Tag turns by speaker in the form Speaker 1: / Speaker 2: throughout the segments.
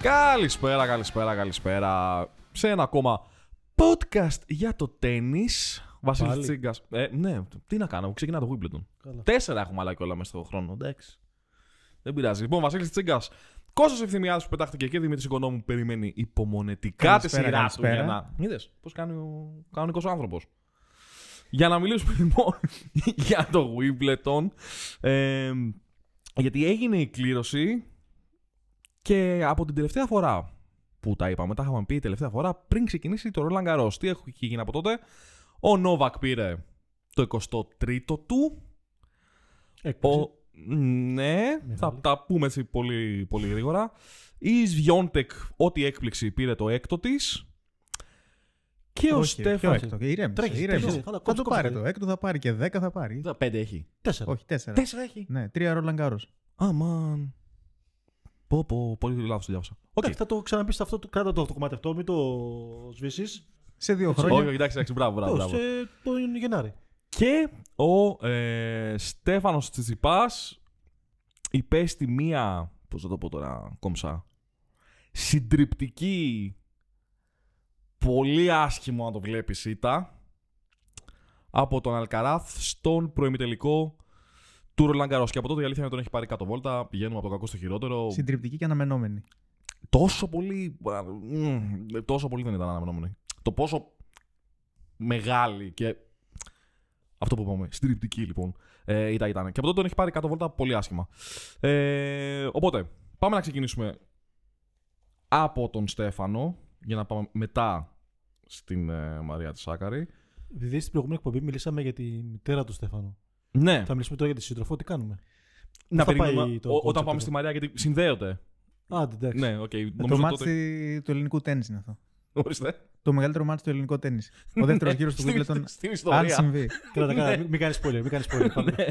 Speaker 1: Καλησπέρα, καλησπέρα, καλησπέρα. Σε ένα ακόμα podcast για το τέννη. Βασίλης
Speaker 2: Πάλι?
Speaker 1: Τσίγκας. Ε, ναι, τι να κάνω, ξεκινά το Wimbledon.
Speaker 2: Καλά.
Speaker 1: Τέσσερα έχουμε άλλα κιόλα μέσα στον χρόνο, εντάξει. Δεν πειράζει. Λοιπόν, Βασίλης Τσίγκας. Κώστα Ευθυμιάδη που πετάχτηκε και Δημήτρης Οικονόμου που περιμένει υπομονετικά τη
Speaker 2: Καλησπέρα,
Speaker 1: σειρά του.
Speaker 2: καλησπέρα.
Speaker 1: Για να... Είδες πώς κάνει ο κανονικός άνθρωπος. Για να μιλήσουμε λοιπόν για το Wimbledon. Ε, γιατί έγινε η κλήρωση και από την τελευταία φορά που τα είπαμε, τα είχαμε πει τελευταία φορά πριν ξεκινήσει το Roland Garros. Τι έχει γίνει από τότε. Ο Νόβακ πήρε το 23ο του. Ο... Ναι, θα
Speaker 2: Μεγάλη.
Speaker 1: τα πούμε έτσι πολύ, πολύ γρήγορα. Η Σβιόντεκ, ό,τι έκπληξη, πήρε το έκτο της. Και ο Στέφαν.
Speaker 2: Τρέχεις, τρέχεις. Καλά,
Speaker 3: Ηρέμησε. Θα
Speaker 2: κόψε, κόψε,
Speaker 3: το πάρει
Speaker 2: ρε.
Speaker 3: το έκτο, θα πάρει και δέκα θα πάρει.
Speaker 1: Πέντε έχει.
Speaker 2: Τέσσερα.
Speaker 3: Όχι, τέσσερα.
Speaker 1: Τέσσερα έχει.
Speaker 3: Ναι, τρία Roland Garros.
Speaker 1: Αμαν. Πω, πω, πολύ λάθος το διάβασα. Οκ.
Speaker 2: Εντάξει, θα το ξαναπείς αυτό, το- κράτα το αυτό το κομμάτι αυτό, μην το σβήσεις.
Speaker 3: Σε δύο
Speaker 1: Όχι,
Speaker 3: χρόνια.
Speaker 1: όχι, εντάξει, εντάξει, μπράβο, μπράβο. μπράβο.
Speaker 2: ε, Το είναι Γενάρη.
Speaker 1: Και ο ε, Στέφανος Τσιτσιπάς υπέστη μία, πώς θα το πω τώρα κομψά, συντριπτική, πολύ άσχημο να το βλέπεις ήττα, από τον Αλκαράθ στον προημιτελικό του Ρολαγκαρός. Και από τότε η αλήθεια είναι ότι τον έχει πάρει κάτω βόλτα, πηγαίνουμε από το κακό στο χειρότερο.
Speaker 3: Συντριπτική και αναμενόμενη.
Speaker 1: Τόσο πολύ, α, μμ, τόσο πολύ δεν ήταν αναμενόμενη. Το πόσο μεγάλη και αυτό που είπαμε, συντριπτική λοιπόν, ε, ήταν, ήταν. Και από τότε τον έχει πάρει κάτω βόλτα πολύ άσχημα. Ε, οπότε, πάμε να ξεκινήσουμε από τον Στέφανο, για να πάμε μετά στην ε, Μαρία τη Σάκαρη.
Speaker 2: Επειδή στην προηγούμενη εκπομπή μιλήσαμε για τη μητέρα του Στέφανο.
Speaker 1: Ναι,
Speaker 2: Θα μιλήσουμε τώρα για τη σύντροφο, τι κάνουμε.
Speaker 1: να
Speaker 2: θα πάει
Speaker 1: περιμένουμε
Speaker 2: το
Speaker 1: ό- όταν
Speaker 2: concept
Speaker 1: πάμε
Speaker 2: εδώ.
Speaker 1: στη Μαρία, γιατί συνδέονται.
Speaker 2: Άντε, εντάξει. Ε,
Speaker 1: Ναι, οκ,
Speaker 3: Το
Speaker 1: νομίζω
Speaker 3: μάτι
Speaker 1: τότε.
Speaker 3: του ελληνικού τέννη είναι αυτό.
Speaker 1: Ορίστε.
Speaker 3: Το μεγαλύτερο μάτι του ελληνικού τέννη. Ο δεύτερος γύρος του
Speaker 1: Στην-
Speaker 3: Wimbledon.
Speaker 1: Στην
Speaker 3: Αν
Speaker 1: ιστορία.
Speaker 3: συμβεί.
Speaker 2: Κράτα, κράτα, μην- μην κάνει spoiler, μην κάνεις spoiler. Πάμε.
Speaker 1: Ναι.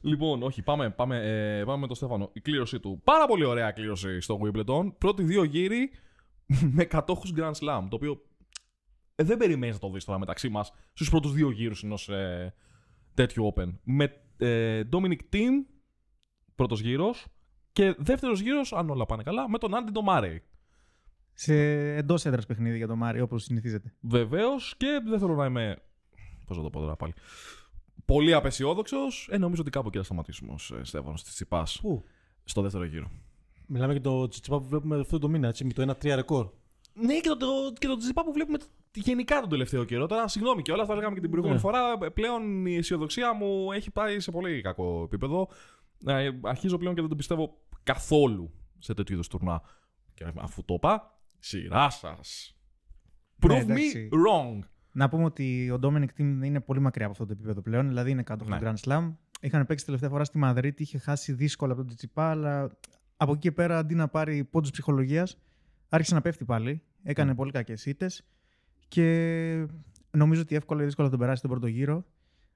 Speaker 1: λοιπόν, όχι, πάμε, πάμε, ε, πάμε με τον Στέφανο. Η κλήρωσή του. Πάρα πολύ ωραία κλήρωση στο Wimbledon. Πρώτοι δύο γύροι με κατόχους Grand Slam. Το οποίο ε, δεν περιμένεις να το δεις τώρα μεταξύ μας στους πρώτους δύο γύρους ενός ε, τέτοιου Open. Με ε, Dominic Team, πρώτος γύρος. Και δεύτερος γύρος, αν όλα πάνε καλά, με τον Άντι Ντομάρεϊ.
Speaker 3: Σε εντός έδρας παιχνίδι για τον Μάρι, όπως συνηθίζεται.
Speaker 1: Βεβαίως και δεν θέλω να είμαι. Πώς να το πω τώρα πάλι. Πολύ απεσιόδοξος. Ε, νομίζω ότι κάπου εκεί θα σταματήσουμε ως ε, Στέφανος Τσιτσιπά
Speaker 2: Πού?
Speaker 1: στο δεύτερο γύρο.
Speaker 2: Μιλάμε για το τσιτσιπά που βλέπουμε αυτό το μήνα, έτσι, με το 1-3 ρεκόρ.
Speaker 1: Ναι, και το, και το Τσιτσιπά που βλέπουμε γενικά τον τελευταίο καιρό. Τώρα, συγγνώμη κιόλας, τα λέγαμε και την προηγούμενη
Speaker 2: Ναι.
Speaker 1: φορά. ε, Πλέον η αισιοδοξία μου έχει πάει σε πολύ κακό επίπεδο. Ε, Αρχίζω πλέον και δεν το πιστεύω καθόλου σε τέτοιου είδου τουρνά. Και αφού το είπα, σειρά σας. Prove me
Speaker 3: Ναι, εντάξει.
Speaker 1: wrong.
Speaker 3: Να πούμε ότι ο Dominic Team είναι πολύ μακριά από αυτό το επίπεδο πλέον. Δηλαδή είναι κάτω από
Speaker 1: Ναι.
Speaker 3: το Grand Slam. Είχαν παίξει τελευταία φορά στη Μαδρίτη, είχε χάσει δύσκολα από τον Τσιπά, αλλά από εκεί και πέρα αντί να πάρει πόντους ψυχολογίας, άρχισε να πέφτει πάλι. Έκανε πολύ κακές ήττες και νομίζω ότι εύκολα ή δύσκολα θα τον περάσει τον πρώτο γύρο.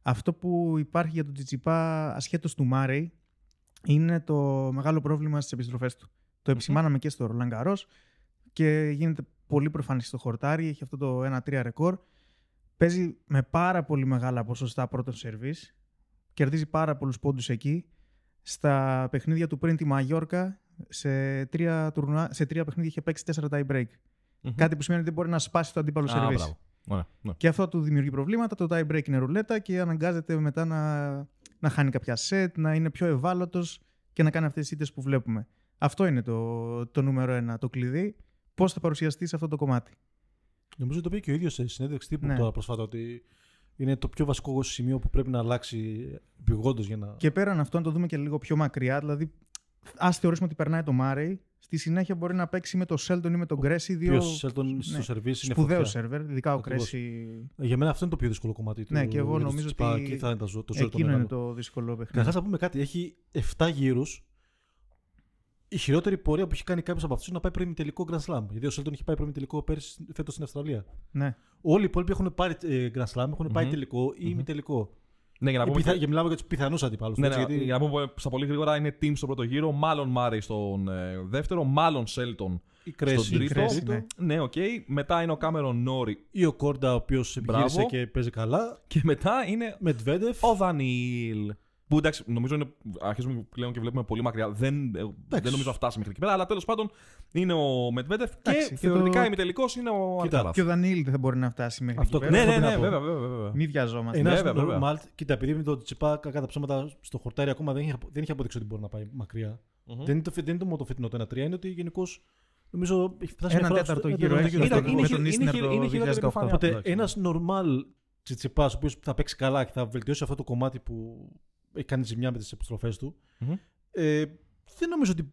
Speaker 3: Αυτό που υπάρχει για τον Τσιτσιπά ασχέτως του Μάρεϊ είναι το μεγάλο πρόβλημα στις επιστροφές του. Το επισημάναμε και στο Ρολάν Καρός και γίνεται πολύ προφανή στο χορτάρι. Έχει αυτό το 1-3 ρεκόρ. Παίζει με πάρα πολύ μεγάλα ποσοστά πρώτων σερβίς. Κερδίζει πάρα πολλούς πόντους εκεί. Στα παιχνίδια του πριν τη Μαγιόρκα, σε τρία, τουρνουά, σε τρία παιχνίδια είχε παίξει τέσσερα tie break.
Speaker 1: Μμμ.
Speaker 3: Κάτι που σημαίνει ότι δεν μπορεί να σπάσει το αντίπαλο
Speaker 1: Α,
Speaker 3: σερβίς.
Speaker 1: μπράβο. Ωραία, ναι.
Speaker 3: Και αυτό του δημιουργεί προβλήματα. Το tie break είναι ρουλέτα και αναγκάζεται μετά να, να χάνει κάποια σετ, να είναι πιο ευάλωτος και να κάνει αυτές τις ήττες που βλέπουμε. Αυτό είναι το, το νούμερο ένα, το κλειδί. Πώς θα παρουσιαστεί σε αυτό το κομμάτι.
Speaker 2: Νομίζω το είπε και ο ίδιος σε συνέντευξη τύπου
Speaker 3: Ναι.
Speaker 2: τώρα προσφάτα ότι είναι το πιο βασικό σημείο που πρέπει να αλλάξει επιγόντω για να.
Speaker 3: Και πέραν αυτό, να το δούμε και λίγο πιο μακριά. Δηλαδή, ας θεωρήσουμε ότι περνάει το Μάρεϊ. Στη συνέχεια μπορεί να παίξει με το Σέλτον ή με τον Κρέσι. Δύο
Speaker 2: Ποιο Σέλτον στο
Speaker 3: ναι,
Speaker 2: σερβίς είναι
Speaker 3: σπουδαίου
Speaker 2: φωτιά.
Speaker 3: σερβερ, ειδικά ο
Speaker 2: Ακριβώς.
Speaker 3: Κρέσι.
Speaker 2: Για μένα αυτό είναι το πιο δύσκολο κομμάτι του.
Speaker 3: Ναι, και εγώ
Speaker 2: τους
Speaker 3: νομίζω
Speaker 2: Τσιτσιπά.
Speaker 3: ότι
Speaker 2: Εκεί θα είναι το, ζω- το ζόρι το
Speaker 3: Εκείνο είναι
Speaker 2: μεγάλο.
Speaker 3: το Ναι. δύσκολο παιχνίδι.
Speaker 2: Καταρχάς να πούμε κάτι. Έχει 7 γύρους. Η χειρότερη πορεία που έχει κάνει κάποιος από αυτούς να πάει πρώιμη τελικό Grand Slam. Γιατί ο Σέλτον είχε πάει πρώιμη τελικό πέρσι φέτος στην Αυστραλία.
Speaker 3: Ναι.
Speaker 2: Όλοι οι υπόλοιποι έχουν πάρει ε, Grand Slam, έχουν πάει
Speaker 1: Μμμ.
Speaker 2: τελικό ή μη τελικό.
Speaker 1: Ναι, για να πούμε.
Speaker 2: Για μιλάμε για τους πιθανούς αντιπάλους.
Speaker 1: Ναι, ναι, για να πούμε στα πολύ γρήγορα είναι team στο πρώτο γύρο, μάλλον Μάρεϊ στον ε, δεύτερο, μάλλον Σέλτον
Speaker 2: Η
Speaker 1: στον τρίτο.
Speaker 3: Κρέση, ναι.
Speaker 1: Ναι, οκ. Μετά είναι ο Κάμερον Νόρι
Speaker 2: ή ο Κόρντα, ο οποίος επιχείρησε και παίζει καλά.
Speaker 1: και μετά είναι
Speaker 2: Μετβέντεφ.
Speaker 1: ο Δανίλ. Που εντάξει, νομίζω είναι. Αρχίζουμε πλέον και βλέπουμε πολύ μακριά. Δεν, δεν νομίζω να φτάσει μέχρι εκεί πέρα. Αλλά τέλος πάντων είναι ο Μετβέντεφ
Speaker 3: Εντάξει,
Speaker 1: και
Speaker 3: και
Speaker 1: θεωρητικά
Speaker 3: το-
Speaker 1: η ημιτελικός είναι ο
Speaker 2: Κοίτα,
Speaker 1: Αλκαράθ.
Speaker 3: Και ο Δανίλη δεν θα μπορεί να φτάσει μέχρι
Speaker 2: Αυτό-
Speaker 3: εκεί πέρα.
Speaker 1: Ναι, ναι,
Speaker 2: πρέπει να
Speaker 1: ναι,
Speaker 2: πω.
Speaker 1: βέβαια, βέβαια. βέβαια.
Speaker 3: Μην βιαζόμαστε.
Speaker 2: Ένας
Speaker 1: Ναι, βέβαια, βέβαια.
Speaker 2: Μάλτ, κοίτα, επειδή με τον Τσιπά κατά τα ψέματα στο χορτάρι ακόμα δεν είχε, απο- δεν είχε αποδείξει ότι μπορεί να πάει μακριά.
Speaker 1: Μμμ.
Speaker 2: Δεν, είναι το, φι- δεν είναι το μόνο το φετινό το 1-3, είναι ότι γενικώς νομίζω έχει φτάσει μια
Speaker 3: Ένα
Speaker 2: φορά
Speaker 3: τέταρτο
Speaker 2: στο-
Speaker 3: γύρο
Speaker 2: ένα
Speaker 3: έχει
Speaker 1: Κοίτα,
Speaker 3: με τον-
Speaker 1: είναι
Speaker 3: με
Speaker 1: χειρο-
Speaker 3: τον
Speaker 1: είναι
Speaker 3: Ίσνερ
Speaker 1: χειρο-
Speaker 3: το
Speaker 1: είναι χειρότερη
Speaker 3: 2018.
Speaker 1: επιφάνεια.
Speaker 2: Οπότε
Speaker 1: Εντάξει,
Speaker 2: ένας normal τσιτσιπάς, ο οποίος θα παίξει καλά και θα βελτιώσει αυτό το κομμάτι που έχει κάνει ζημιά με τις επιστροφές του.
Speaker 1: Μμμ.
Speaker 2: Ε, δεν νομίζω ότι.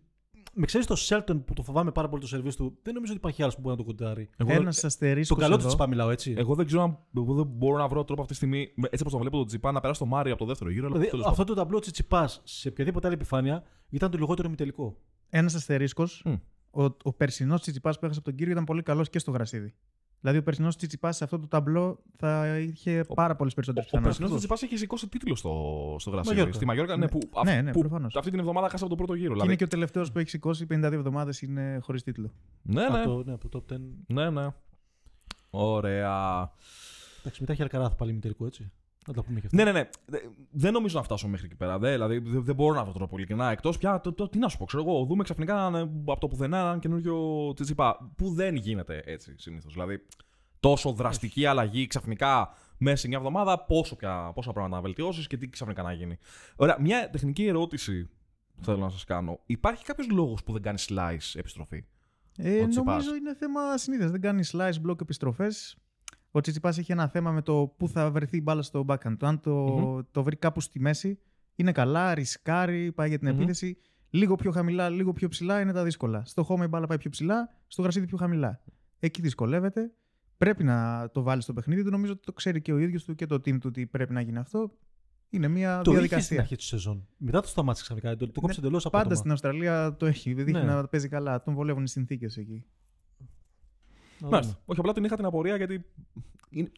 Speaker 2: Με ξέρεις το Σέλτον που το φοβάμαι πάρα πολύ το σερβίς του, δεν νομίζω ότι υπάρχει άλλος που μπορεί να το κοντάρει.
Speaker 1: Εγώ-
Speaker 3: Ένα
Speaker 2: Στον
Speaker 3: αστερίσκο.
Speaker 2: καλό τη τσιπά μιλάω έτσι.
Speaker 1: Εγώ δεν ξέρω αν. Εγώ δεν μπορώ να βρω τρόπο αυτή τη στιγμή, με- έτσι όπως το βλέπω τον Τζιπά, να περάσει το Μάρι από το δεύτερο γύρο. Αλλά
Speaker 2: δηλαδή,
Speaker 1: τέλος
Speaker 2: αυτό το ταμπλό τσιτσιπά σε οποιαδήποτε άλλη επιφάνεια ήταν το λιγότερο ημιτελικό.
Speaker 3: Ένας αστερίσκος.
Speaker 1: Μμ.
Speaker 3: Ο, ο περσινός Τσιτσιπάς που έχασε από τον κύριο ήταν πολύ καλός και στο γρασίδι. Δηλαδή, ο περσινός Τσιτσιπάς σε αυτό το ταμπλό θα είχε πάρα πολλές περισσότερες
Speaker 1: Ο περσινό
Speaker 3: πιθανότητε.
Speaker 1: του Τσιπά έχει σηκώσει τίτλο στο, στο γρασίδι.
Speaker 2: Μαγιόρκα.
Speaker 1: Στη Μαγιόρκα, ναι,
Speaker 3: Ναι,
Speaker 1: που,
Speaker 3: ναι,
Speaker 1: αυ-
Speaker 3: ναι,
Speaker 1: που
Speaker 3: προφανώς.
Speaker 1: αυτή την εβδομάδα χάσαμε τον πρώτο γύρο.
Speaker 3: Και είναι
Speaker 1: Δηλαδή.
Speaker 3: και ο τελευταίος που έχει σηκώσει 52 εβδομάδες είναι χωρίς τίτλο.
Speaker 1: Ναι,
Speaker 2: Από
Speaker 1: ναι,
Speaker 2: το, ναι, από το top 10.
Speaker 1: ναι, ναι. Ωραία.
Speaker 2: Εντάξει, μετά έχει Αλκαράθ πάλι ημιτελικό έτσι. Να τα πούμε και αυτά.
Speaker 1: Ναι, ναι, ναι. Δε- Δεν νομίζω να φτάσω μέχρι εκεί πέρα. Δε, δηλαδή, δε- δεν μπορώ να βρω τρόπο ειλικρινά. Εκτός πια, το, το, τι να σου πω, ξέρω εγώ, δούμε ξαφνικά ε, από το πουθενά έναν καινούριο τσιτσιπά. Που δεν γίνεται έτσι συνήθως. Δηλαδή, τόσο δραστική αλλαγή ξαφνικά μέσα σε μια εβδομάδα, πόσο πια, πόσα πράγματα να βελτιώσεις και τι ξαφνικά να γίνει. Ωραία, μια τεχνική ερώτηση που θέλω να σας κάνω. Υπάρχει κάποιος λόγος που δεν κάνεις slice επιστροφή.
Speaker 3: Ε,
Speaker 1: Ο Τσιτσιπάς.
Speaker 3: νομίζω είναι θέμα συνήθειας. Δεν κάνεις slice, block, επιστροφές. Ο Τσιτσιπάς έχει ένα θέμα με το πού θα βρεθεί η μπάλα στο backhand του. Αν το, το βρει κάπου στη μέση, είναι καλά, ρισκάρει, πάει για την
Speaker 1: Μμμ.
Speaker 3: επίθεση. Λίγο πιο χαμηλά, λίγο πιο ψηλά είναι τα δύσκολα. Στο χώμα η μπάλα πάει πιο ψηλά, στο γρασίδι πιο χαμηλά. Εκεί δυσκολεύεται. Πρέπει να το βάλει στο παιχνίδι του. Νομίζω ότι το ξέρει και ο ίδιος του και το team του ότι πρέπει να γίνει αυτό. Είναι μια
Speaker 2: το είχε στην
Speaker 3: διαδικασία.
Speaker 2: αρχή τη σεζόν. Μετά το σταμάτησε ξαφνικά. Το, το κόψε
Speaker 3: Ναι,
Speaker 2: εντελώς
Speaker 3: Πάντα στην Αυστραλία το έχει. Δείχνει
Speaker 2: Ναι.
Speaker 3: να παίζει καλά. Τον βολεύουν οι συνθήκες εκεί.
Speaker 1: Μάλιστα. Όχι, απλά την είχα την απορία γιατί. Είναι...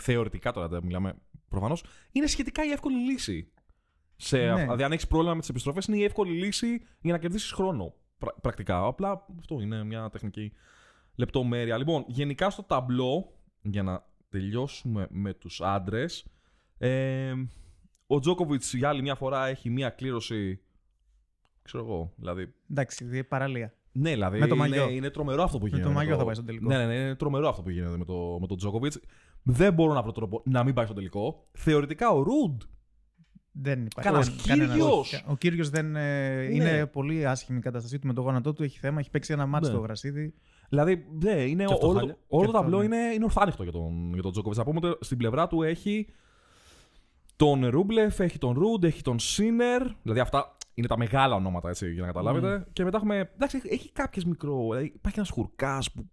Speaker 1: Θεωρητικά τώρα δεν μιλάμε προφανώς. Είναι σχετικά η εύκολη λύση. Σε...
Speaker 3: Ναι.
Speaker 1: Δηλαδή, αν έχεις πρόβλημα με τις επιστροφές, είναι η εύκολη λύση για να κερδίσεις χρόνο. πρα- Πρακτικά. Απλά αυτό είναι μια τεχνική λεπτομέρεια. Λοιπόν, γενικά στο ταμπλό, για να τελειώσουμε με τους άντρες. Ε, ο Τζόκοβιτ για άλλη μια φορά έχει μια κλήρωση. Ξέρω εγώ, δηλαδή.
Speaker 3: Εντάξει, δι- παραλία.
Speaker 1: Ναι, δηλαδή
Speaker 3: Με το
Speaker 1: είναι,
Speaker 3: μαγιό.
Speaker 1: είναι τρομερό αυτό που
Speaker 3: Με
Speaker 1: γίνεται.
Speaker 3: το μαγιό
Speaker 1: το-
Speaker 3: θα πάει στον τελικό.
Speaker 1: ναι, ναι, ναι, είναι τρομερό αυτό που γίνεται με, το, με τον Τζόκοβιτ. Δεν μπορώ να βρω τρόπο να μην πάει στο τελικό. Θεωρητικά ο Ρουντ.
Speaker 3: Δεν υπάρχει.
Speaker 1: Καλά,
Speaker 3: καν- κανένας.
Speaker 1: Κύριος!
Speaker 3: Ο κύριος δεν. ε,
Speaker 1: Ναι.
Speaker 3: Είναι πολύ άσχημη η κατάστασή του με το γόνατό του. Έχει θέμα. Έχει παίξει ένα μάτι
Speaker 1: Ναι.
Speaker 3: στο γρασίδι.
Speaker 1: Δηλαδή, ναι, είναι
Speaker 2: Και αυτό
Speaker 1: όλο,
Speaker 2: χάλια.
Speaker 1: το- όλο
Speaker 3: Και
Speaker 1: το
Speaker 3: αυτό,
Speaker 1: ταμπλό
Speaker 3: ναι.
Speaker 1: είναι, είναι ορθάνυχτο για τον, για τον Τζόκοβιτ. Να πούμε ότι στην πλευρά του έχει τον Ρούμπλεφ, έχει τον Ρουντ, έχει τον Σίνερ. Δηλαδή αυτά είναι τα μεγάλα ονόματα, έτσι, για να
Speaker 2: Mm.
Speaker 1: καταλάβετε. Και μετά έχουμε. Εντάξει, έχει- έχει κάποιες μικρό. Δηλαδή, υπάρχει ένας χουρκάς που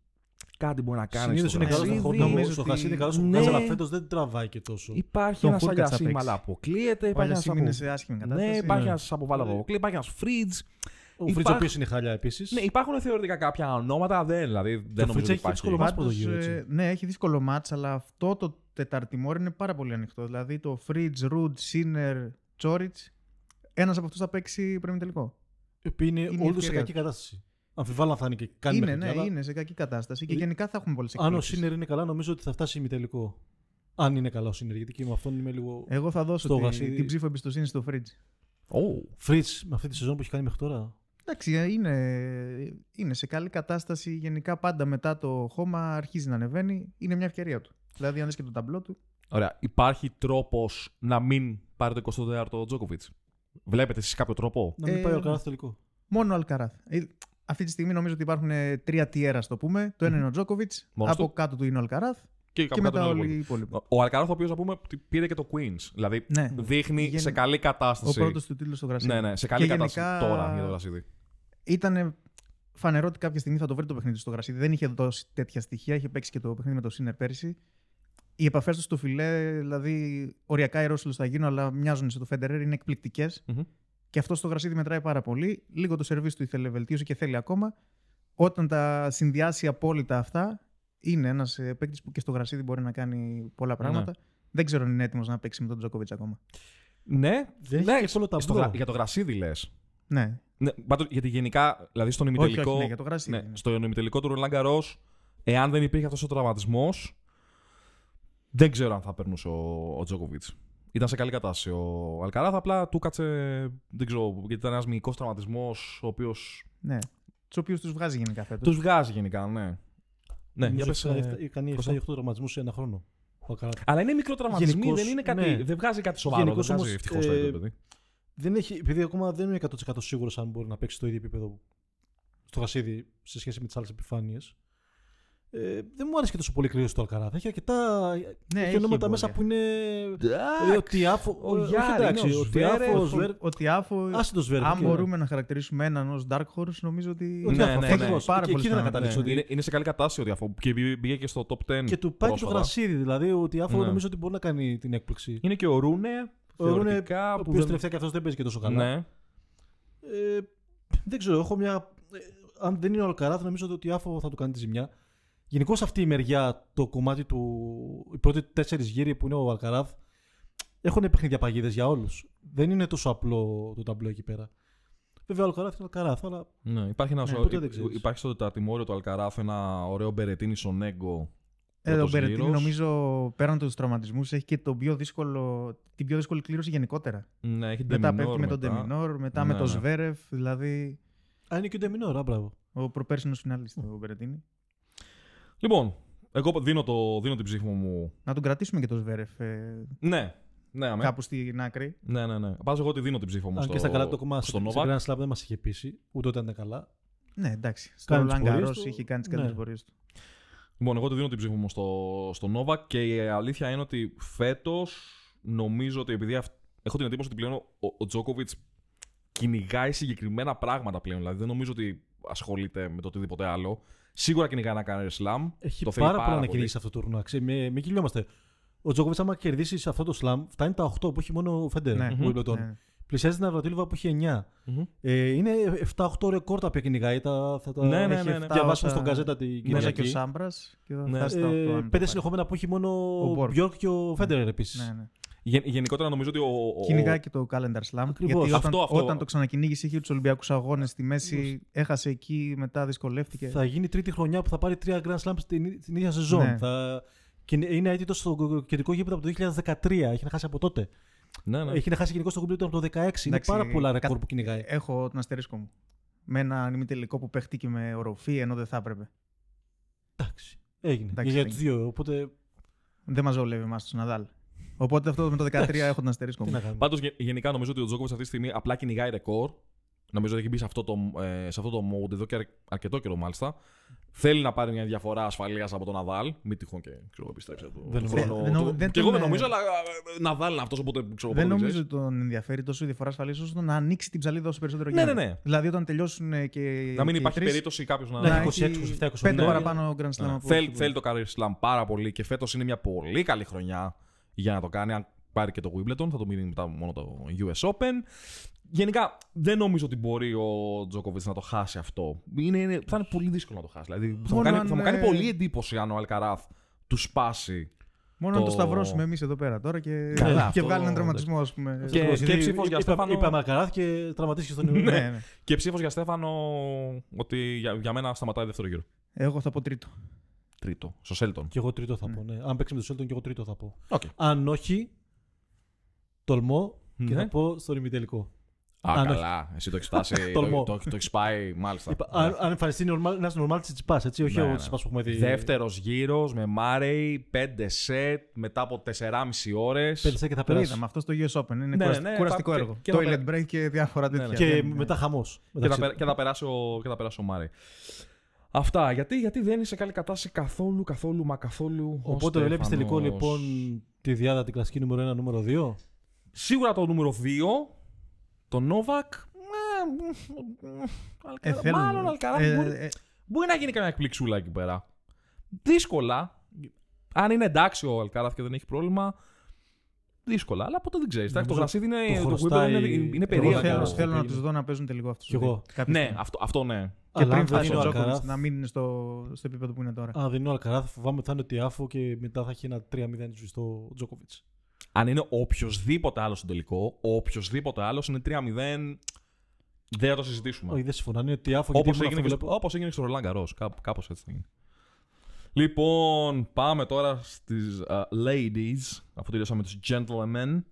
Speaker 1: κάτι μπορεί να κάνει.
Speaker 2: Συνήθως
Speaker 1: στο
Speaker 2: είναι καλό
Speaker 1: γρασίδι.
Speaker 2: στον χώρο.
Speaker 3: νομίζω
Speaker 2: Νομίζω στο
Speaker 3: ότι-
Speaker 2: χασί είναι καλός στον
Speaker 1: Ναι.
Speaker 2: χώρο, αλλά φέτος δεν τραβάει και τόσο.
Speaker 1: Υπάρχει
Speaker 3: Τον
Speaker 1: ένας
Speaker 3: Χούρκατς θα
Speaker 1: Αλιασίμ,
Speaker 3: παίξει.
Speaker 1: αλλά αποκλείεται.
Speaker 3: Ο
Speaker 1: Υπάρχει
Speaker 3: Αλιασίμ είναι
Speaker 1: ένα
Speaker 3: σε άσχημη κατάσταση. Ε,
Speaker 1: ναι, υπάρχει
Speaker 2: ναι.
Speaker 1: ένας αποβάλλα από αποκλεί, υπάρχει ένας Φρίτζ.
Speaker 2: Ο Φρίτς ο
Speaker 1: Υπάρχει-
Speaker 2: οποίος είναι χάλια επίσης.
Speaker 1: Ναι, υπάρχουν θεωρητικά κάποια ονόματα, δεν, δηλαδή, δεν
Speaker 2: Φρίτς
Speaker 1: νομίζω ότι
Speaker 2: έχει
Speaker 1: υπάρχει.
Speaker 2: δύσκολο μάτς.
Speaker 3: Πάντως,
Speaker 2: ποδογύρο, έτσι.
Speaker 3: ε, ναι, έχει δύσκολο μάτς, αλλά αυτό το τεταρτημόρι είναι πάρα πολύ ανοιχτό. Δηλαδή το Fridge, Root, Sinner, Τσόριτ. Ένας από αυτούς θα παίξει πρέπει τελικό.
Speaker 2: Οι οποίοι είναι
Speaker 3: Είναι
Speaker 2: όλου Ε, σε
Speaker 3: ευκαιρία
Speaker 2: κακή κατάσταση. Αμφιβάλλω αν θα είναι και κάνει
Speaker 3: Είναι,
Speaker 2: μέχρι
Speaker 3: ναι,
Speaker 2: εκεί, αλλά
Speaker 3: είναι σε κακή κατάσταση και
Speaker 2: Ε,
Speaker 3: γενικά θα έχουμε πολλές
Speaker 2: Αν ο
Speaker 3: εκπλήξεις.
Speaker 2: Σίνερ είναι καλά, νομίζω ότι θα φτάσει ημιτελικό. Αν είναι καλά ο Σίνερ, γιατί και με αυτόν είμαι λίγο.
Speaker 3: Εγώ θα δώσω
Speaker 2: στο
Speaker 3: τη-
Speaker 2: γρασίδι-
Speaker 3: την ψήφο εμπιστοσύνη στο Fridge.
Speaker 1: Ω,
Speaker 2: Φρίτ με αυτή τη σεζόν που έχει κάνει μέχρι τώρα.
Speaker 3: Εντάξει, ε, είναι, είναι σε καλή κατάσταση. Γενικά πάντα μετά το χώμα αρχίζει να ανεβαίνει. Είναι μια ευκαιρία του. Δηλαδή, αν δεις και το ταμπλό του.
Speaker 1: Ωραία. Υπάρχει τρόπος να μην πάρει το 24ο Τζόκοβιτ. Βλέπετε εσείς κάποιο τρόπο.
Speaker 2: Να μην
Speaker 3: Ε,
Speaker 2: πάει ο Αλκαράθ τελικό.
Speaker 3: Μόνο ο Αλκαράθ. Ε, Αυτή τη στιγμή νομίζω ότι υπάρχουν ε, τρία tier, ας το πούμε. Το ένα είναι ο Τζόκοβιτ.
Speaker 1: Μόνος
Speaker 3: Από
Speaker 1: του.
Speaker 3: κάτω του είναι ο Αλκαράθ.
Speaker 1: κάπου
Speaker 3: Και
Speaker 1: κάτω
Speaker 3: μετά
Speaker 1: είναι
Speaker 3: όλοι
Speaker 1: ο
Speaker 3: οι υπόλοιποι.
Speaker 1: Wolf. Ο Αλκαράθ, ο οποίος να πούμε, ότι πήρε και το Queens. Δηλαδή
Speaker 3: Ναι.
Speaker 1: δείχνει
Speaker 3: Γεν-
Speaker 1: σε καλή
Speaker 3: Ο
Speaker 1: κατάσταση.
Speaker 3: πρώτος του τίτλου στο γρασίδι.
Speaker 1: Ναι, ναι, σε καλή
Speaker 3: Και
Speaker 1: κατάσταση
Speaker 3: γενικά-
Speaker 1: τώρα για το γρασίδι.
Speaker 3: Ήταν φανερό ότι κάποια στιγμή θα το βρει το παιχνίδι στο γρασίδι. Δεν είχε δώσει τέτοια στοιχεία. Είχε παίξει και το παιχνίδι με το Σίνερ πέρσι. Οι επαφές τους στο φιλέ, δηλαδή οριακά οι Ρώσιλο θα γίνουν, αλλά μοιάζουν σε το Φέντερερ, είναι εκπληκτικές.
Speaker 1: Μμμ.
Speaker 3: Και αυτό στο γρασίδι μετράει πάρα πολύ. Λίγο το σερβίς του ήθελε βελτίωση και θέλει ακόμα. Όταν τα συνδυάσει απόλυτα αυτά, είναι ένας παίκτης που και στο γρασίδι μπορεί να κάνει πολλά πράγματα. Δεν ξέρω αν είναι έτοιμος να παίξει με τον Τζόκοβιτ ακόμα.
Speaker 1: Ναι,
Speaker 2: Δεν έχει
Speaker 1: ναι,
Speaker 2: και εύκολο
Speaker 1: στο
Speaker 2: ταμπλό.
Speaker 1: γρα- για το γρασίδι λες.
Speaker 3: Ναι,
Speaker 1: Ναι, πάντως, γιατί γενικά, δηλαδή στον
Speaker 3: όχι,
Speaker 1: ημιτελικό.
Speaker 3: όχι, ναι, για το γρασίδι.
Speaker 1: Ναι,
Speaker 3: είναι.
Speaker 1: στον ημιτελικό του Ρολάν Καρό, εάν δεν υπήρχε αυτός ο τραυματισμός, δεν ξέρω αν θα περνούσε ο, ο Τζόκοβιτ. Ήταν σε καλή κατάσταση ο Αλκαράθ. Απλά του κάτσε. Δεν ξέρω, γιατί ήταν ένας μυϊκός τραυματισμός, ο οποίος.
Speaker 3: Ναι. Τους οποίους τους βγάζει γενικά
Speaker 2: Ε.
Speaker 3: φέτος.
Speaker 1: Τους βγάζει γενικά, ναι. Ναι, για πες, ε,
Speaker 2: Κάνει 7-8
Speaker 1: Κώστα.
Speaker 2: τραυματισμούς σε ένα χρόνο. Ο Αλκαράθ.
Speaker 1: Αλλά είναι μικρό τραυματισμό,
Speaker 2: Γενικώς,
Speaker 1: δεν, είναι κάτι,
Speaker 2: ναι.
Speaker 1: δεν βγάζει κάτι σοβαρό.
Speaker 2: Γενικώς
Speaker 1: δεν βγάζει
Speaker 2: όμως,
Speaker 1: ευτυχώς το
Speaker 2: ε,
Speaker 1: ίδιο, παιδί.
Speaker 2: Δεν έχει, επειδή ακόμα δεν είμαι 100% σίγουρος αν μπορεί να παίξει το ίδιο επίπεδο στο γασίδι σε σχέση με τις άλλες επιφάνειες. Ε, δεν μου άρεσε και τόσο πολύ κλήρωση του Αλκαράθ. Έχει αρκετά
Speaker 3: Ναι,
Speaker 2: έχει ονόματα
Speaker 3: εμπόδια.
Speaker 2: μέσα που είναι.
Speaker 1: Εντάξει.
Speaker 2: Δηλαδή, ο Τιάφο.
Speaker 1: ο
Speaker 2: όχι,
Speaker 1: Γιάρη,
Speaker 2: εντάξει,
Speaker 1: είναι ο
Speaker 2: ο
Speaker 1: Σβέρεφ,
Speaker 2: Τιάφο. ο
Speaker 1: ο-
Speaker 2: Σβέρ-
Speaker 3: Ο Τιάφο,
Speaker 2: Άσε το Σβέρεφ.
Speaker 3: αν
Speaker 2: και-
Speaker 3: μπορούμε να χαρακτηρίσουμε έναν ως Dark Horse, νομίζω ότι.
Speaker 2: Ο
Speaker 1: Ναι,
Speaker 2: Τιάφο,
Speaker 1: ναι,
Speaker 2: αυτό
Speaker 1: ναι.
Speaker 2: ακριβώς.
Speaker 3: Πάρα
Speaker 2: Και
Speaker 3: πολύ
Speaker 2: εκεί δεν
Speaker 3: πιθανό,
Speaker 2: καταλήξω
Speaker 3: ναι.
Speaker 2: ότι
Speaker 1: ε, Είναι, είναι σε καλή κατάσταση ο Διαφό και μπή- μπήκε και στο top 10.
Speaker 2: Και του πάει και το
Speaker 1: πρόσφατα.
Speaker 2: γρασίδι, δηλαδή ο Τιάφο
Speaker 1: Ναι.
Speaker 2: νομίζω ότι μπορεί να κάνει την έκπληξη.
Speaker 1: Είναι και ο Ρούνε.
Speaker 2: Ο Ρούνε,
Speaker 1: θεωρητικά,
Speaker 2: Ο
Speaker 1: που
Speaker 2: οποίος
Speaker 1: δεν-
Speaker 2: τελευταία και αυτός δεν παίζει και τόσο καλά.
Speaker 1: Ναι.
Speaker 2: Ε, δεν ξέρω, έχω μια. ε, αν δεν είναι ο Αλκαράθ, νομίζω ότι ο Τιάφο θα του κάνει τη ζημιά. Γενικώς αυτή η μεριά, το κομμάτι του. Οι πρώτοι τέσσερις γύροι που είναι ο Αλκαράθ έχουν παιχνίδια παγίδες για όλους. Δεν είναι τόσο απλό το ταμπλό εκεί πέρα. Βέβαια, ο Αλκαράθ είναι ο Αλκαράθ, αλλά
Speaker 1: Ναι, υπάρχει, ένα
Speaker 2: Ναι,
Speaker 1: σο-
Speaker 2: ποτέ δεν
Speaker 1: υ-
Speaker 2: ξέρεις.
Speaker 1: υπάρχει στο τεταρτημόριο του Αλκαράθ ένα ωραίο μπερετίνι στον Έγκο.
Speaker 2: Ε,
Speaker 3: Εδώ ο
Speaker 1: πρώτος
Speaker 3: Μπερετίνη,
Speaker 1: γύρος.
Speaker 3: ε, νομίζω πέραν από τους τραυματισμούς, έχει και τον πιο δύσκολο, την πιο δύσκολη κλήρωση γενικότερα.
Speaker 1: Ναι, έχει την
Speaker 3: μετά
Speaker 1: Demi
Speaker 3: πέφτει
Speaker 1: Moore
Speaker 3: με τον
Speaker 1: μετά.
Speaker 3: Ντεμινόρ, μετά με
Speaker 1: Ναι,
Speaker 3: τον
Speaker 1: ναι.
Speaker 3: Σβέρεφ, δηλαδή
Speaker 2: Α, είναι και ο Ντεμινόρ, α, μπράβο.
Speaker 3: ο προπέρσινος φινάλιστη ο Μπερετίνη.
Speaker 1: Λοιπόν, εγώ δίνω, το, δίνω την ψήφη μου.
Speaker 3: Να τον κρατήσουμε και τον Σβέρεφ ε,
Speaker 1: Ναι, ναι, αμέ.
Speaker 3: κάπου στην άκρη.
Speaker 1: ναι, ναι, ναι. Πάζω εγώ τη δίνω την ψήφη μου.
Speaker 2: αν
Speaker 1: στο,
Speaker 2: και στα καλά το κομμάτι
Speaker 1: στον
Speaker 2: στον
Speaker 1: Νόβακ.
Speaker 2: Grand Slam δεν μας είχε πείσει, ούτε όταν ήταν καλά.
Speaker 3: Ναι, εντάξει.
Speaker 2: Κάνει
Speaker 3: Στο
Speaker 2: τις
Speaker 3: Λαγκαρό
Speaker 2: πορείες του.
Speaker 3: είχε κάνει τις
Speaker 2: Ναι.
Speaker 3: καλύτερε πορείες του.
Speaker 1: Λοιπόν, εγώ τη δίνω την ψήφη μου στο, στο Νόβακ και η αλήθεια είναι ότι φέτος νομίζω ότι επειδή αυ- έχω την εντύπωση ότι πλέον ο, ο Τζόκοβιτ κυνηγάει συγκεκριμένα πράγματα πλέον. Δηλαδή δεν νομίζω ότι ασχολείται με το οτιδήποτε άλλο. Σίγουρα κυνηγάει να κάνει σλαμ.
Speaker 2: Έχει
Speaker 1: το θέλει
Speaker 2: πάρα, πολλά να
Speaker 1: πολύ.
Speaker 2: κερδίσει αυτό το τουρνουά. ξέρει, Μην μην γελιόμαστε. Ο Τζόκοβιτ, άμα κερδίσει σε αυτό το σλαμ, φτάνει τα 8 που έχει μόνο ο Φέντερ.
Speaker 3: Ναι.
Speaker 2: ο
Speaker 1: Μμμ.
Speaker 2: Wimbledon.
Speaker 3: Ναι.
Speaker 2: Πλησιάζει την Αβρατήλβα που έχει 9.
Speaker 1: Μμμ.
Speaker 2: Ε, είναι 7-8 ρεκόρ τα οποία κυνηγάει. Τα, θα τα
Speaker 1: Ναι, ναι,
Speaker 2: έχει
Speaker 1: ναι, ναι.
Speaker 2: διαβάσει
Speaker 3: Τα-
Speaker 2: στον καζέτα την
Speaker 1: Ναι,
Speaker 3: Μέσα
Speaker 1: ναι,
Speaker 2: Κυριακή.
Speaker 3: και ο
Speaker 1: εκεί.
Speaker 3: Σάμπρας και θα
Speaker 1: Ναι.
Speaker 3: φτάσει στα
Speaker 2: Ε,
Speaker 3: οκτώ, αν το
Speaker 2: πέντε
Speaker 3: πάρει.
Speaker 2: συνεχόμενα που έχει μόνο
Speaker 3: Ο
Speaker 2: ο
Speaker 3: Borg.
Speaker 2: Μπιόρκ και ο Φέντερ επίσης.
Speaker 3: Ναι, ναι.
Speaker 1: Γεν- γενικότερα νομίζω ότι ο. ο-
Speaker 3: Κυνηγάει και το calendar slam.
Speaker 2: Ακριβώς.
Speaker 3: Γιατί όταν,
Speaker 1: Αυτό, αυτό.
Speaker 3: όταν το ξανακυνήγησε είχε τους Ολυμπιακούς Αγώνες στη μέση, έχασε εκεί, μετά δυσκολεύτηκε.
Speaker 2: Θα γίνει τρίτη χρονιά που θα πάρει τρία Grand Slam στην, στην ίδια σεζόν.
Speaker 3: Ναι.
Speaker 2: Θα... Και είναι- είναι αίτητος στο κεντρικό γήπεδο από το 2013. Έχει να χάσει από τότε.
Speaker 1: Ναι, ναι.
Speaker 2: Έχει να χάσει γενικό στο κουμπί από το 2016. Είναι
Speaker 3: Εντάξει,
Speaker 2: πάρα πολλά ρεκόρ
Speaker 3: κα-
Speaker 2: που κυνηγάει.
Speaker 3: Έχω τον αστερίσκο μου. Με ένα ημιτελικό που παίχτηκε με οροφή ενώ δεν θα έπρεπε.
Speaker 2: Εντάξει. Έγινε.
Speaker 3: Εντάξει,
Speaker 2: για
Speaker 3: θα
Speaker 2: του δύο. Οπότε.
Speaker 3: Δεν μας ζολεύει εμά του Ναδάλ. Οπότε αυτό με το 13 έχω τον αστερίσκο
Speaker 2: Τι να
Speaker 3: μου.
Speaker 2: κάνουμε.
Speaker 1: Πάντως γενικά νομίζω ότι ο Τζόκοβιτ αυτή τη στιγμή απλά κυνηγάει ρεκόρ. Νομίζω ότι έχει μπει σε αυτό το, ε, σε αυτό το mode εδώ και αρ- αρκετό καιρό μάλιστα. Θέλει να πάρει μια διαφορά ασφαλείας από τον Ναδάλ. Μη τυχόν και ξέρω, επιστρέψει από
Speaker 2: Δεν
Speaker 1: τον
Speaker 2: νομίζω.
Speaker 1: χρόνο.
Speaker 3: Δεν-
Speaker 1: του.
Speaker 3: δεν- δεν
Speaker 1: και εγώ δεν
Speaker 3: τον,
Speaker 1: νομίζω,
Speaker 3: ε,
Speaker 1: αλλά ε, Ναδάλ είναι αυτός, οπότε ξέρω
Speaker 3: Δεν
Speaker 1: πότε
Speaker 3: νομίζω
Speaker 1: ξέρεις.
Speaker 3: ότι τον ενδιαφέρει τόσο η διαφορά ασφαλή όσο το να ανοίξει την ψαλίδα όσο περισσότερο
Speaker 1: Ναι,
Speaker 3: γίνεται.
Speaker 1: ναι, ναι.
Speaker 3: Δηλαδή όταν τελειώσουν ε, και.
Speaker 1: Να μην
Speaker 3: και οι
Speaker 1: υπάρχει
Speaker 3: τρεις,
Speaker 1: περίπτωση κάποιος να.
Speaker 2: Να
Speaker 1: Ναι,
Speaker 2: έχει 26, 27, 28.
Speaker 3: Πέντε
Speaker 1: Ναι.
Speaker 3: παραπάνω Grand Slam.
Speaker 1: ναι.
Speaker 3: από
Speaker 1: Θέλει,
Speaker 3: όσο
Speaker 1: θέλει το Career Slam πάρα πολύ και φέτος είναι μια πολύ καλή χρονιά για να το κάνει. Αν πάρει και το Wimbledon, θα το μείνει μετά μόνο το US Open. Γενικά, δεν νομίζω ότι μπορεί ο Τζόκοβιτ να το χάσει αυτό. Είναι, είναι- θα είναι πολύ δύσκολο να το χάσει. Δηλαδή, θα, μου
Speaker 3: Μόνο
Speaker 1: κάνει,
Speaker 3: αν,
Speaker 1: θα μου
Speaker 3: ε,
Speaker 1: κάνει πολύ εντύπωση αν ο Αλκαράθ του σπάσει.
Speaker 3: Μόνο να
Speaker 1: Το-
Speaker 3: το σταυρώσουμε εμείς εδώ πέρα τώρα και,
Speaker 1: Καλά,
Speaker 3: και
Speaker 1: αυτό-
Speaker 3: βγάλει έναν τραυματισμό, ας πούμε.
Speaker 1: Και-
Speaker 2: Ακριβώς, γιατί
Speaker 1: ψήφος για
Speaker 2: είπα-
Speaker 1: Στέφανο.
Speaker 2: Είπαμε Αλκαράθ και τραυματίστηκε στον Ιούνιο.
Speaker 3: Ναι, ναι.
Speaker 1: Και ψήφος για Στέφανο ότι για, για μένα σταματάει δεύτερο γύρο. έλτον.
Speaker 3: Εγώ θα πω τρίτο.
Speaker 1: Τρίτο. Στο Σέλτον.
Speaker 2: Και εγώ τρίτο θα πω. Ναι. Αν παίξει με τον Σέλτον, και εγώ τρίτο θα πω.
Speaker 1: Οκ.
Speaker 2: Αν όχι, τολμώ και
Speaker 1: Ναι.
Speaker 2: θα πω στον ημιτελικό.
Speaker 1: Α,
Speaker 2: Αν όχι.
Speaker 1: καλά. Εσύ το έχεις φτάσει. το,
Speaker 2: Τολμώ.
Speaker 1: το, το έχεις πάει, μάλιστα.
Speaker 2: Είπα, αν, αν εμφανιστεί ένα normal τσιτσπά, έτσι, όχι
Speaker 1: Ναι,
Speaker 2: ο
Speaker 1: ναι.
Speaker 2: τσιτσπά που έχουμε δει.
Speaker 1: Δεύτερος γύρος με Μάρεϊ, 5 σετ μετά από 4,5 ώρε.
Speaker 2: Πέρυσι και θα
Speaker 3: Το
Speaker 2: περάσει.
Speaker 3: είδαμε αυτό στο US Open. Είναι
Speaker 1: ναι,
Speaker 3: κουραστι-
Speaker 1: ναι,
Speaker 3: κουραστικό
Speaker 1: θα-
Speaker 3: έργο.
Speaker 1: και- και θα
Speaker 3: Toilet break και διάφορα
Speaker 1: Ναι, ναι.
Speaker 3: τέτοια.
Speaker 2: Και
Speaker 3: Δεν-
Speaker 2: μετά χαμός.
Speaker 1: Και θα, πε- και θα περάσει ο, και θα περάσει ο Μάρεϊ. Αυτά. Γιατί, γιατί δεν είναι σε καλή κατάσταση καθόλου, καθόλου, μα καθόλου. ο
Speaker 2: Οπότε βλέπεις τελικό
Speaker 1: Στέφανος.
Speaker 2: λοιπόν τη διάδα την κλασική νούμερο 1, νούμερο 2.
Speaker 1: Σίγουρα το νούμερο 2, το Νόβακ.
Speaker 3: Ε, θέλουμε.
Speaker 1: Μάλλον Αλκαράθ
Speaker 3: Ε,
Speaker 1: μπορεί,
Speaker 3: ε,
Speaker 1: μπορεί να γίνει καμιά εκπληξούλα εκεί πέρα. Δύσκολα. Αν είναι εντάξει ο Αλκαράθ και δεν έχει πρόβλημα. Δύσκολα, αλλά ποτέ δεν ξέρεις. Το
Speaker 2: Νομίζω
Speaker 1: γρασίδι είναι,
Speaker 2: το
Speaker 1: το
Speaker 2: χρωστάει-
Speaker 1: Wimbledon είναι, είναι
Speaker 2: εγώ
Speaker 1: περίεργο.
Speaker 3: Εγώ
Speaker 2: Περίεργα
Speaker 3: θέλω,
Speaker 2: όμως,
Speaker 3: θέλω να
Speaker 2: περίεργα.
Speaker 3: τους δω να παίζουν τελικό αυτού.
Speaker 2: Κι εγώ.
Speaker 1: Ναι, αυτό, αυτό ναι.
Speaker 3: Και
Speaker 2: Αλλά
Speaker 3: πριν
Speaker 2: αν δεν
Speaker 3: φτάσει
Speaker 2: είναι
Speaker 3: ο
Speaker 2: ο
Speaker 3: Τζόκοβιτ
Speaker 2: Αλκαράθ.
Speaker 3: να μην είναι στο, στο επίπεδο που είναι τώρα.
Speaker 2: Αν δεν είναι ο Αλκαράθ, φοβάμαι ότι θα είναι ο Τιάφο και μετά θα έχει ένα 3-0 στο Τζόκοβιτ.
Speaker 1: Αν είναι οποιοδήποτε άλλο στον τελικό, οποιοδήποτε άλλο είναι 3-0. Δεν θα το συζητήσουμε.
Speaker 2: Όχι, δεν συμφωνώ. Αν είναι ο Τιάφο και
Speaker 1: Όπως
Speaker 2: τίποτα,
Speaker 1: έγινε,
Speaker 2: αυτό
Speaker 1: και-
Speaker 2: βλέπω.
Speaker 1: όπως έγινε και στο Ρολάν Καρό. Κάπως έτσι θα γίνει. Λοιπόν, πάμε τώρα στις ladies. Αφού τελειώσαμε τους gentlemen.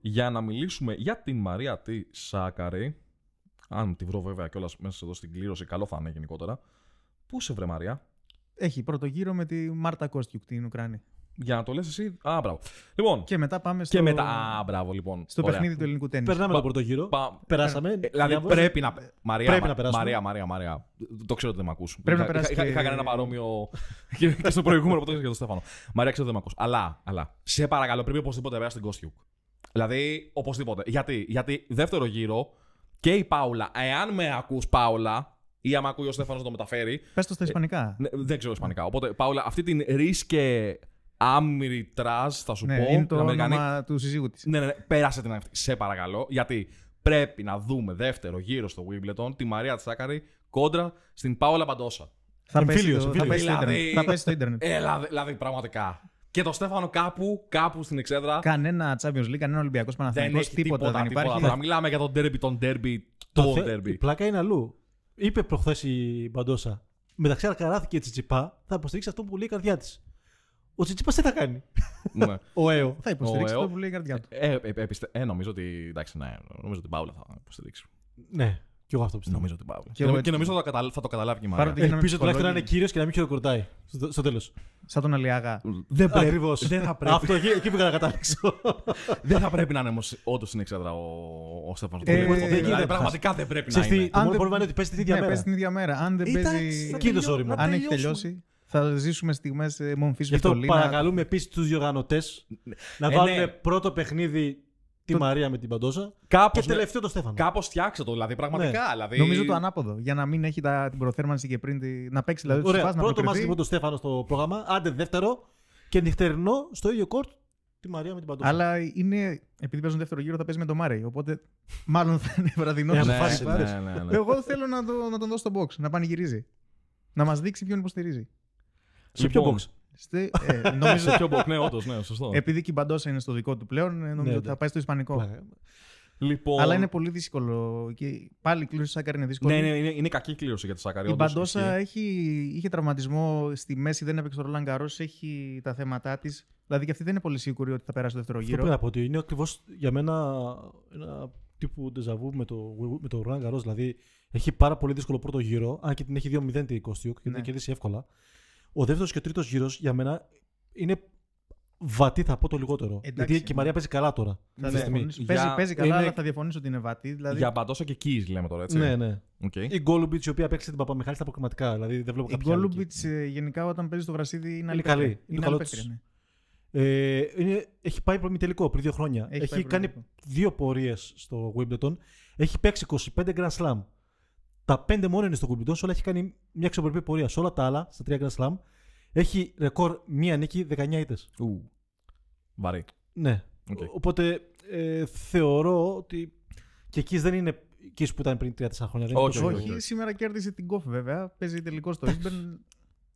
Speaker 1: για να μιλήσουμε για την Μαρία τη Σάκαρη. Αν τη βρω βέβαια κιόλας μέσα εδώ στην κλήρωση, καλό θα είναι γενικότερα. Πού σε βρε Μαρία,
Speaker 3: Έχει πρώτο γύρο με τη Μάρτα Κόστιουκ, την Ουκρανή.
Speaker 1: για να το λες εσύ. Α, μπράβο. Λοιπόν, και,
Speaker 3: Και μετά πάμε στο,
Speaker 1: μετά. Α, μπράβο λοιπόν.
Speaker 3: στο
Speaker 1: Ωραία.
Speaker 3: παιχνίδι του ελληνικού τέννη.
Speaker 2: Περνάμε
Speaker 1: Πα-
Speaker 2: τον πρώτο γύρο.
Speaker 1: Πα-
Speaker 2: Περάσαμε.
Speaker 1: Ε, Δηλαδή
Speaker 2: Διάβαζα.
Speaker 1: πρέπει να. Μαρία,
Speaker 2: Πρέπει
Speaker 1: Μα-
Speaker 2: να περάσουμε.
Speaker 1: Μαρία, Μαρία, Μαρία. Το ξέρω ότι δεν με ακούς.
Speaker 3: Πρέπει να
Speaker 1: Είχα-
Speaker 3: περάσεις
Speaker 1: Είχα,
Speaker 3: και-
Speaker 1: είχα κάνει ένα παρόμοιο και και στο προηγούμενο που το είχα για τον Στέφανο. Μαρία, ξέρω ότι δεν με ακούς. Αλλά, αλλά, σε παρακαλώ, πρέπει οπωσδήποτε να περάσεις την Κόστιουκ. Δηλαδή, οπωσδήποτε. Γιατί, γιατί δεύτερο γύρο και η Πάουλα, εάν με ακούς Πάουλα, ή άμα ακούει ο Στέφανος να το μεταφέρει,
Speaker 3: Πες το στα Ισπανικά.
Speaker 1: ναι, δεν ξέρω Ισπανικά. Οπότε, Πάουλα, αυτή την ρίσκε άμυρη τραζ, θα σου
Speaker 3: Ναι,
Speaker 1: πω.
Speaker 3: είναι το
Speaker 1: Αμερικανή-
Speaker 3: όνομα του συζύγου της.
Speaker 1: ναι, ναι, ναι, πέρασε την αυτή. Σε παρακαλώ, γιατί πρέπει να δούμε δεύτερο γύρο στο Wimbledon τη Μαρία Τσάκαρη κόντρα στην Πάολα Παντόσα.
Speaker 3: Θα πέσει
Speaker 2: Εμφύλιος,
Speaker 3: το- θα
Speaker 2: εμφύλιος.
Speaker 3: πέσει το
Speaker 1: Δηλαδή-
Speaker 3: ίντερνετ. Θα πέσει το ίντερνετ.
Speaker 1: Ε, δηλαδή, δηλαδή, πραγματικά. Και το Στέφανο κάπου, κάπου στην εξέδρα.
Speaker 3: Κανένα Champions League, κανένα Ολυμπιακό
Speaker 1: δεν
Speaker 3: Παναθηναϊκός,
Speaker 1: έχει τίποτα,
Speaker 3: τίποτα, δεν υπάρχει.
Speaker 1: τίποτα. Να μιλάμε για τον ντέρμπι, τον ντέρμπι,
Speaker 2: Το
Speaker 1: τον
Speaker 2: θε- Η
Speaker 1: ντέρμπι.
Speaker 2: πλάκα είναι αλλού. Είπε προχθές η Μπαντόσα. Μεταξύ Αλκαράθ και Τσιτσιπά θα υποστηρίξει αυτό που λέει η καρδιά της. Ο Τσιτσιπάς τι θα κάνει.
Speaker 1: Ναι.
Speaker 2: Ο ΑΕΟ.
Speaker 3: Θα υποστηρίξει
Speaker 1: Ο
Speaker 3: το
Speaker 1: ΕΟ.
Speaker 3: που λέει η καρδιά του.
Speaker 1: Ε, ε, ε, πιστε- ε, νομίζω ότι. Εντάξει, ναι, νομίζω την Πάολα θα υποστηρίξει.
Speaker 2: Ναι, κι εγώ αυτό πιστεύω.
Speaker 1: Νομίζω την Πάολα.
Speaker 3: Και
Speaker 1: Και,
Speaker 3: εγώ
Speaker 1: νομι-
Speaker 3: έτσι.
Speaker 1: και νομίζω θα το, καταλα- θα το καταλάβει και η
Speaker 3: Πάρω
Speaker 1: Μαρία.
Speaker 3: τη-
Speaker 2: Ελπίζω τουλάχιστον να είναι
Speaker 3: ψυχολόγοι.
Speaker 2: κύριος και να μην χειροκροτάει στο, στο τέλος.
Speaker 3: Σαν τον Αλιάγα.
Speaker 1: Δεν πρέπει,
Speaker 2: Ακριβώς.
Speaker 1: δεν θα πρέπει.
Speaker 2: Αυτό εκεί, εκεί πήγα να καταλήξω.
Speaker 1: δεν θα πρέπει να είναι όμως όντως στην εξέδρα ο, ο Στέφανος.
Speaker 3: Ε, δεν
Speaker 2: γίνεται.
Speaker 1: πραγματικά δεν πρέπει να
Speaker 2: Ξέρεις τι,
Speaker 1: είναι.
Speaker 2: το
Speaker 3: Αν
Speaker 2: μόνο
Speaker 3: δεν-
Speaker 2: πρόβλημα είναι ότι παίζει τη ίδια
Speaker 3: Ναι,
Speaker 2: μέρα.
Speaker 3: παίζει την ίδια μέρα. Αν δεν
Speaker 1: Εντάξει,
Speaker 3: παίζει.
Speaker 1: θα
Speaker 2: Κύριος
Speaker 1: τελειώ-
Speaker 2: όρημα.
Speaker 1: να
Speaker 3: Αν έχει
Speaker 1: τελειώσουμε.
Speaker 3: τελειώσει, θα ζήσουμε ε, στιγμέ μομφή
Speaker 2: Γι' αυτό
Speaker 3: Βιτολίνα.
Speaker 2: παρακαλούμε επίσης τους διοργανωτές να
Speaker 1: Ε,
Speaker 2: βάλουν
Speaker 1: ναι.
Speaker 2: πρώτο παιχνίδι τη
Speaker 3: Το-
Speaker 2: Μαρία με την Παντόσα και
Speaker 1: Κάπω
Speaker 2: τελευταίο το Στέφανο.
Speaker 1: Κάπως φτιάξε το, δηλαδή πραγματικά. Δηλαδή...
Speaker 3: Νομίζω το ανάποδο. Για να μην έχει τα, την προθέρμανση και πριν. Τη, να παίξει δηλαδή του
Speaker 2: Ωραία,
Speaker 3: Πα να
Speaker 2: πρώτο μάτι
Speaker 3: προκριθεί.
Speaker 2: λοιπόν το Στέφανο στο πρόγραμμα, άντε δεύτερο και νυχτερινό στο ίδιο κόρτ τη Μαρία με την Παντόσα.
Speaker 3: Αλλά είναι. Επειδή παίζουν δεύτερο γύρο, θα παίζει με τον Μάρεϊ. Οπότε μάλλον θα είναι βραδινός.
Speaker 2: Ε,
Speaker 3: στις
Speaker 1: ναι,
Speaker 2: αποφάσισε,
Speaker 3: παρές.
Speaker 1: ναι, ναι, ναι.
Speaker 3: Εγώ θέλω να, το, να τον δω στο box, να πανηγυρίζει. Να μας δείξει ποιον υποστηρίζει.
Speaker 2: σε ποιο
Speaker 1: λοιπόν,
Speaker 2: box.
Speaker 3: Στη, ε, νομίζω.
Speaker 1: ποιο box, ναι, όντως, ναι, σωστό.
Speaker 3: επειδή και η Μπαντόσα είναι στο δικό του πλέον, ε, νομίζω
Speaker 2: Ναι,
Speaker 3: ότι
Speaker 2: ναι.
Speaker 3: θα πάει στο Ισπανικό.
Speaker 2: Πλάκα.
Speaker 1: λοιπόν,
Speaker 3: Αλλά είναι πολύ δύσκολο. Και πάλι η κλήρωση Σάκαρη είναι δύσκολη.
Speaker 1: ναι, ναι, είναι, είναι κακή κλήρωση για τη Σάκαρη.
Speaker 3: Η
Speaker 1: όντως,
Speaker 3: Μπαντόσα
Speaker 1: ισχύει.
Speaker 3: έχει, είχε τραυματισμό στη μέση, δεν έπαιξε το Ρολάν Καρό, έχει τα θέματα της. Δηλαδή και αυτή δεν είναι πολύ σίγουρη ότι θα περάσει το δεύτερο
Speaker 2: Αυτό πρέπει
Speaker 3: γύρο.
Speaker 2: να πω ότι είναι ακριβώς για μένα ένα τύπου ντεζαβού με το, με το Roland Garros. Δηλαδή έχει πάρα πολύ δύσκολο πρώτο γύρο, αν και την έχει 2-0 την Κωστιούκ και
Speaker 3: Ναι.
Speaker 2: την κερδίσει εύκολα. Ο δεύτερος και ο τρίτος γύρος για μένα είναι βατή, θα πω το λιγότερο. γιατί
Speaker 3: Εντάξει,
Speaker 2: και η
Speaker 3: ναι.
Speaker 2: Μαρία παίζει καλά τώρα.
Speaker 3: Θα
Speaker 2: αυτή τη στιγμή.
Speaker 3: διαφωνήσω.
Speaker 1: Για-
Speaker 3: Παίζει, παίζει καλά,
Speaker 2: Ναι. είναι-
Speaker 3: αλλά θα διαφωνήσω ότι είναι βατή. Δηλαδή,
Speaker 1: Για Μπαντόσα και Keys λέμε τώρα, έτσι.
Speaker 2: Ναι, ναι.
Speaker 1: Οκ.
Speaker 2: Η Γκόλουμπιτ η οποία έπαιξε την Παπαμιχάλη στα προκριματικά. Δηλαδή δεν βλέπω
Speaker 3: η
Speaker 2: κάποια άλλη εκεί.
Speaker 3: Γκόλουμπιτ γενικά όταν παίζει στο γρασίδι είναι, άλλη
Speaker 2: καλή.
Speaker 3: παίκτρια.
Speaker 2: Είναι το
Speaker 3: Είναι
Speaker 2: καλό
Speaker 3: άλλη
Speaker 2: της.
Speaker 3: παίκτρια, ναι.
Speaker 2: Ε, είναι, έχει πάει πρώιμη τελικό πριν δύο χρόνια.
Speaker 3: Έχει
Speaker 2: Έχει,
Speaker 3: πάει πρώιμη
Speaker 2: κάνει
Speaker 3: τελικό.
Speaker 2: δύο πορείες στο Wimbledon. Έχει παίξει 25 Grand Slam. Τα πέντε μόνο είναι στο Wimbledon, σε όλα έχει κάνει μια ξεπορπή πορεία. Σε όλα τα άλλα, στα τρία Grand Slam, έχει ρεκόρ μία νίκη, 19 ήττες.
Speaker 1: Ου. Βαρύ.
Speaker 2: Ναι.
Speaker 1: Οκ.
Speaker 2: Οπότε ε, θεωρώ ότι και εκεί δεν είναι εκεί που ήταν πριν 3-4 χρόνια. Δεν
Speaker 1: Όχι,
Speaker 2: είναι τόσο
Speaker 1: όχι.
Speaker 2: καλό.
Speaker 3: Όχι, σήμερα κέρδισε την Κόφ βέβαια. Παίζει τελικό στο Ισμπεν.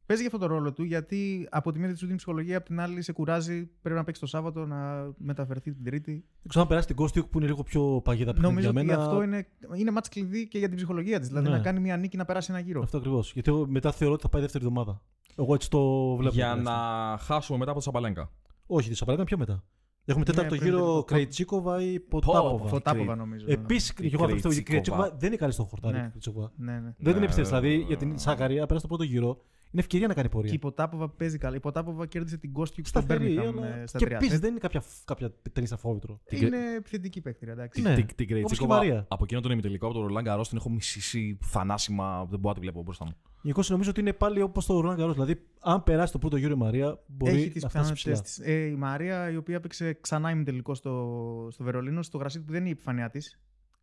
Speaker 3: Παίζει για αυτό το ρόλο του, γιατί από τη μία σου δίνει ψυχολογία, από την άλλη σε κουράζει. Πρέπει να παίξει το Σάββατο, να μεταφερθεί την Τρίτη.
Speaker 2: Δεν ξέρω αν περάσει την Κόστιουκ που είναι λίγο πιο παγίδα παιχνίδι
Speaker 3: Νομίζω
Speaker 2: για
Speaker 3: ότι
Speaker 2: μένα.
Speaker 3: αυτό είναι, είναι μάτς κλειδί και για την ψυχολογία της. Δηλαδή
Speaker 2: Ναι.
Speaker 3: να κάνει μια νίκη να περάσει ένα γύρο.
Speaker 2: Αυτό ακριβώς. Γιατί εγώ μετά θεωρώ ότι θα πάει δεύτερη εβδομάδα. Εγώ έτσι το βλέπω.
Speaker 1: Για
Speaker 2: τουλάχιστον.
Speaker 1: να χάσουμε μετά από τη Σαπαλέγκα.
Speaker 2: Όχι, τη Σαπαρά ήταν πιο μετά. Έχουμε
Speaker 3: Ναι,
Speaker 2: τέταρτο
Speaker 3: πριν
Speaker 2: γύρο
Speaker 3: τελικό.
Speaker 2: Κρέιτσίκοβα ή
Speaker 1: Πω,
Speaker 2: Ποτάποβα. ναι.
Speaker 1: πω.
Speaker 3: Φωτάποβα νομίζω.
Speaker 2: Επίσης,
Speaker 1: Η
Speaker 2: Ε, εγώ αυτό η
Speaker 1: Κρέιτσικοβα.
Speaker 2: Κρέιτσίκοβα δεν είναι καλή στο χορτάρι.
Speaker 3: Ναι.
Speaker 2: η Κρέιτσικοβα.
Speaker 3: Ναι, ναι.
Speaker 2: Δεν την
Speaker 1: Ναι.
Speaker 2: εμπιστεύεις. Δηλαδή για την Σάκαρη, πέρασε το πρώτο γύρο, είναι ευκαιρία να κάνει
Speaker 3: Και η
Speaker 2: πορεία.
Speaker 3: Ποτάποβα παίζει καλά. Η Ποτάποβα κέρδισε την Κόστιου στο
Speaker 2: Σταθερή,
Speaker 3: Μπέρμιχαμ
Speaker 2: αλλά.
Speaker 3: ε, στα
Speaker 2: Και
Speaker 3: τρία.
Speaker 2: επίσης δεν είναι κάποια, κάποια ταινίστα φόβητρο.
Speaker 3: Ε, Είναι επιθετική παίκτρια, εντάξει.
Speaker 2: Ναι.
Speaker 1: Την- Την
Speaker 2: Όπως και η
Speaker 1: Κρέιτσικοβα.
Speaker 2: Μαρία.
Speaker 1: Από εκείνο τον ημιτελικό, από τον Ρολάν Καρό, την έχω μισήσει θανάσιμα. Δεν μπορώ να τη βλέπω μπροστά μου.
Speaker 2: Γενικώ νομίζω ότι είναι πάλι όπως το Ρολάν Καρό. Δηλαδή, αν περάσει το πρώτο γύρο η Μαρία,
Speaker 3: Έχει
Speaker 2: μπορεί
Speaker 3: τι
Speaker 2: να φτάσει
Speaker 3: πιθανότητες
Speaker 2: ψηλά.
Speaker 3: της. Ε, η Μαρία, η οποία έπαιξε ξανά ημιτελικό στο, στο Βερολίνο, στο γρασίδι που δεν είναι η επιφανειά της.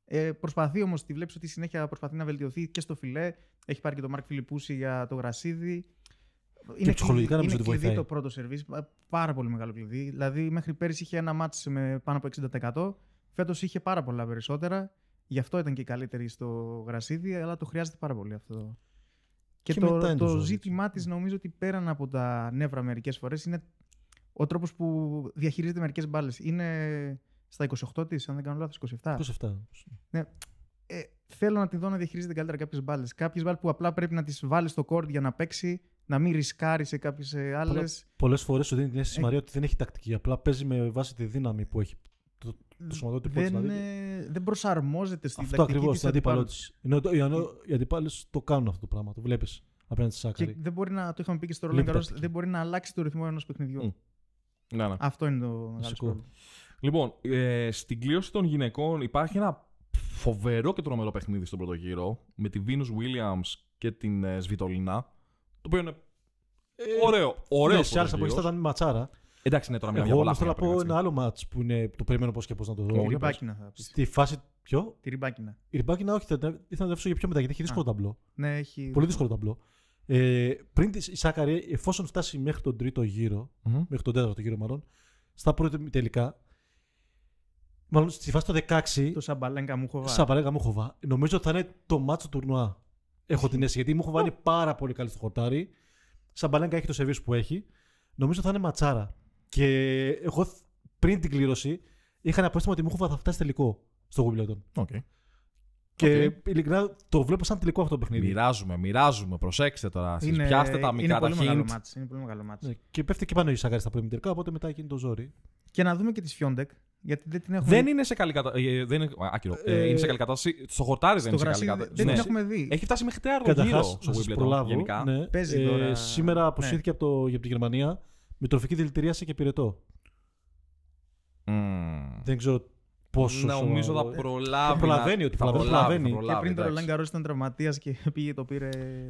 Speaker 3: Ε, προσπαθεί όμως, τη βλέπεις ότι συνέχεια προσπαθεί να βελτιωθεί και στο φιλέ. Έχει πάρει και τον Μάρκ Φιλιππούση για το γρασίδι.
Speaker 2: ψυχολογικά
Speaker 3: κλειδί-
Speaker 2: νομίζω
Speaker 3: είναι
Speaker 2: ότι
Speaker 3: κλειδί
Speaker 2: βοηθάει.
Speaker 3: το πρώτο σερβίς, πα- πάρα πολύ μεγάλο κλειδί. Δηλαδή μέχρι πέρυσι είχε ένα μάτς με πάνω από 60%. Φέτος είχε πάρα πολλά περισσότερα. Γι' αυτό ήταν και η καλύτερη στο γρασίδι, αλλά το χρειάζεται πάρα πολύ αυτό. Και,
Speaker 2: Και μετά
Speaker 3: το,
Speaker 2: είναι
Speaker 3: το
Speaker 2: το ζόρι,
Speaker 3: ζήτημά
Speaker 2: έτσι.
Speaker 3: της νομίζω ότι πέραν από τα νεύρα μερικές φορές είναι ο τρόπος που διαχειρίζεται μερικές μπάλες. Είναι στα 28 της, αν δεν κάνω λάθος, 27.
Speaker 2: 27.
Speaker 3: Ε, θέλω να τη δω να διαχειρίζεται καλύτερα κάποιες μπάλες. Κάποιες μπάλες που απλά πρέπει να τις βάλεις στο κόρτ για να παίξει, να μην ρισκάρει σε ε, κάποιε άλλες.
Speaker 2: Πολλές φορές σου δίνει την αίσθηση η
Speaker 3: Ε.
Speaker 2: Μαρία ότι δεν έχει τακτική. Απλά παίζει με βάση τη δύναμη που έχει. Το, το σωματότυπο τη.
Speaker 3: δεν,
Speaker 2: Δηλαδή.
Speaker 3: ε, δεν προσαρμόζεται στην
Speaker 2: Αυτό
Speaker 3: τακτική
Speaker 2: ακριβώς,
Speaker 3: της
Speaker 2: στην αντίπαλό
Speaker 3: αντιπάλου.
Speaker 2: τη. Ενώ, το- ενώ οι αντιπάλοι το κάνουν αυτό το πράγμα, το βλέπεις απέναντι στη
Speaker 3: Και
Speaker 2: Σάκαρη.
Speaker 3: δεν μπορεί να, το είχαμε πει και στο Roland
Speaker 2: Λείπει
Speaker 3: Garros,
Speaker 2: τακτική.
Speaker 3: δεν μπορεί να αλλάξει το ρυθμό ενός παιχνιδιού.
Speaker 1: Μμ. Ναι, ναι.
Speaker 3: Αυτό είναι το μεγάλο
Speaker 2: Βασικό.
Speaker 3: πρόβλημα.
Speaker 1: Λοιπόν, ε, στην κλήρωση των γυναικών υπάρχει ένα φοβερό και τρομερό παιχνίδι στον πρώτο γύρο με τη Venus Williams και την ε, Σβιτολίνα. Το οποίο είναι ωραίο. Ωραίο.
Speaker 2: Ε, ναι, σε άλλε αποχέ ήταν ματσάρα.
Speaker 1: Εντάξει, ναι, τώρα μιλάμε
Speaker 2: Εγώ
Speaker 1: για
Speaker 2: όμω
Speaker 1: πολλά
Speaker 2: θέλω να
Speaker 1: χρόνια
Speaker 2: πω
Speaker 1: πριν,
Speaker 2: ένα άλλο μάτ που είναι, το περιμένω πώς και πώς να το
Speaker 1: Ο
Speaker 2: δω.
Speaker 3: Τη
Speaker 1: Ολυμπιακός.
Speaker 3: ριμπάκινα θα πεις.
Speaker 2: Στη φάση. Ποιο?
Speaker 3: Τη ναι. ριμπάκινα.
Speaker 2: Η Ριμπάκινα, όχι, θα- ήθελα να τρέψω για πιο μετά γιατί έχει δύσκολο ταμπλό.
Speaker 3: Ναι, έχει.
Speaker 2: Πολύ δύσκολο ταμπλό. Ε, πριν της- η Σάκαρη, εφόσον φτάσει μέχρι τον τρίτο γύρο,
Speaker 1: Μμμ.
Speaker 2: μέχρι τον τέταρτο γύρο μάλλον, στα πρώτα τελικά, μάλλον στη φάση το 16,
Speaker 3: Το Σαμπαλέγκα μου έχω
Speaker 2: Σαν παρέγα Μούχοβα. Νομίζω ότι θα είναι το μάτσο του τουρνουά. Έχω την αίσθηση. Γιατί η Μούχοβα είναι πάρα πολύ καλή στο χορτάρι. Σαν παρέγα έχει το σερβίς που έχει. Νομίζω θα είναι ματσάρα. Και εγώ θ- πριν την κλήρωση είχα ένα απόστημα ότι η Μούχοβα θα φτάσει τελικό στο Wimbledon.
Speaker 1: Οκ.
Speaker 2: Και ειλικρινά το βλέπω σαν τελικό αυτό το παιχνίδι.
Speaker 1: Μοιράζουμε, μοιράζουμε. Προσέξτε τώρα. Σας
Speaker 3: Είναι,
Speaker 1: πιάστε τα
Speaker 3: είναι
Speaker 1: μικρά τα
Speaker 3: πολύ μεγάλο
Speaker 1: hint.
Speaker 3: μάτς, είναι πολύ μεγάλο μάτς.
Speaker 2: Ναι, και πέφτει και πάνω η Σαγκάρη στα πρώιμη τελικά, οπότε μετά γίνει το ζόρι.
Speaker 3: Και να δούμε και τη Φιόντεκ, γιατί δεν την έχουμε
Speaker 1: Δεν είναι σε καλή κατάσταση. Δεν είναι, α, άκυρο. Ε,
Speaker 2: Ε,
Speaker 1: είναι σε καλή κατάσταση. Στο χορτάρι δεν
Speaker 3: στο
Speaker 1: είναι σε καλή
Speaker 3: γρασίδι,
Speaker 1: κατάσταση.
Speaker 3: δεν
Speaker 1: Ναι.
Speaker 3: την έχουμε δει.
Speaker 1: Έχει φτάσει μέχρι τέταρτο γύρο
Speaker 2: Καταρχάς,
Speaker 1: στο
Speaker 2: να σας
Speaker 1: Wimbledon
Speaker 2: προλάβω.
Speaker 1: γενικά.
Speaker 2: Ναι,
Speaker 3: Παίζει τώρα-
Speaker 2: σήμερα
Speaker 3: ναι.
Speaker 2: αποσύρθηκε από, το, από τη Γερμανία με τροφική δηλητηρίαση και πυρετό.
Speaker 1: Μμμ.
Speaker 2: Δεν ξέρω πόσο.
Speaker 1: Νομίζω θα
Speaker 2: σοβαρό-
Speaker 1: προλάβει.
Speaker 2: προλαβαίνει
Speaker 1: να-
Speaker 2: ότι
Speaker 1: θα
Speaker 2: προλαβαίνει,
Speaker 1: προλάβει, θα
Speaker 2: προλαβαίνει.
Speaker 3: Και πριν το
Speaker 1: εντάξει.
Speaker 3: Roland Garros ήταν τραυματίας και πήγε το πήρε.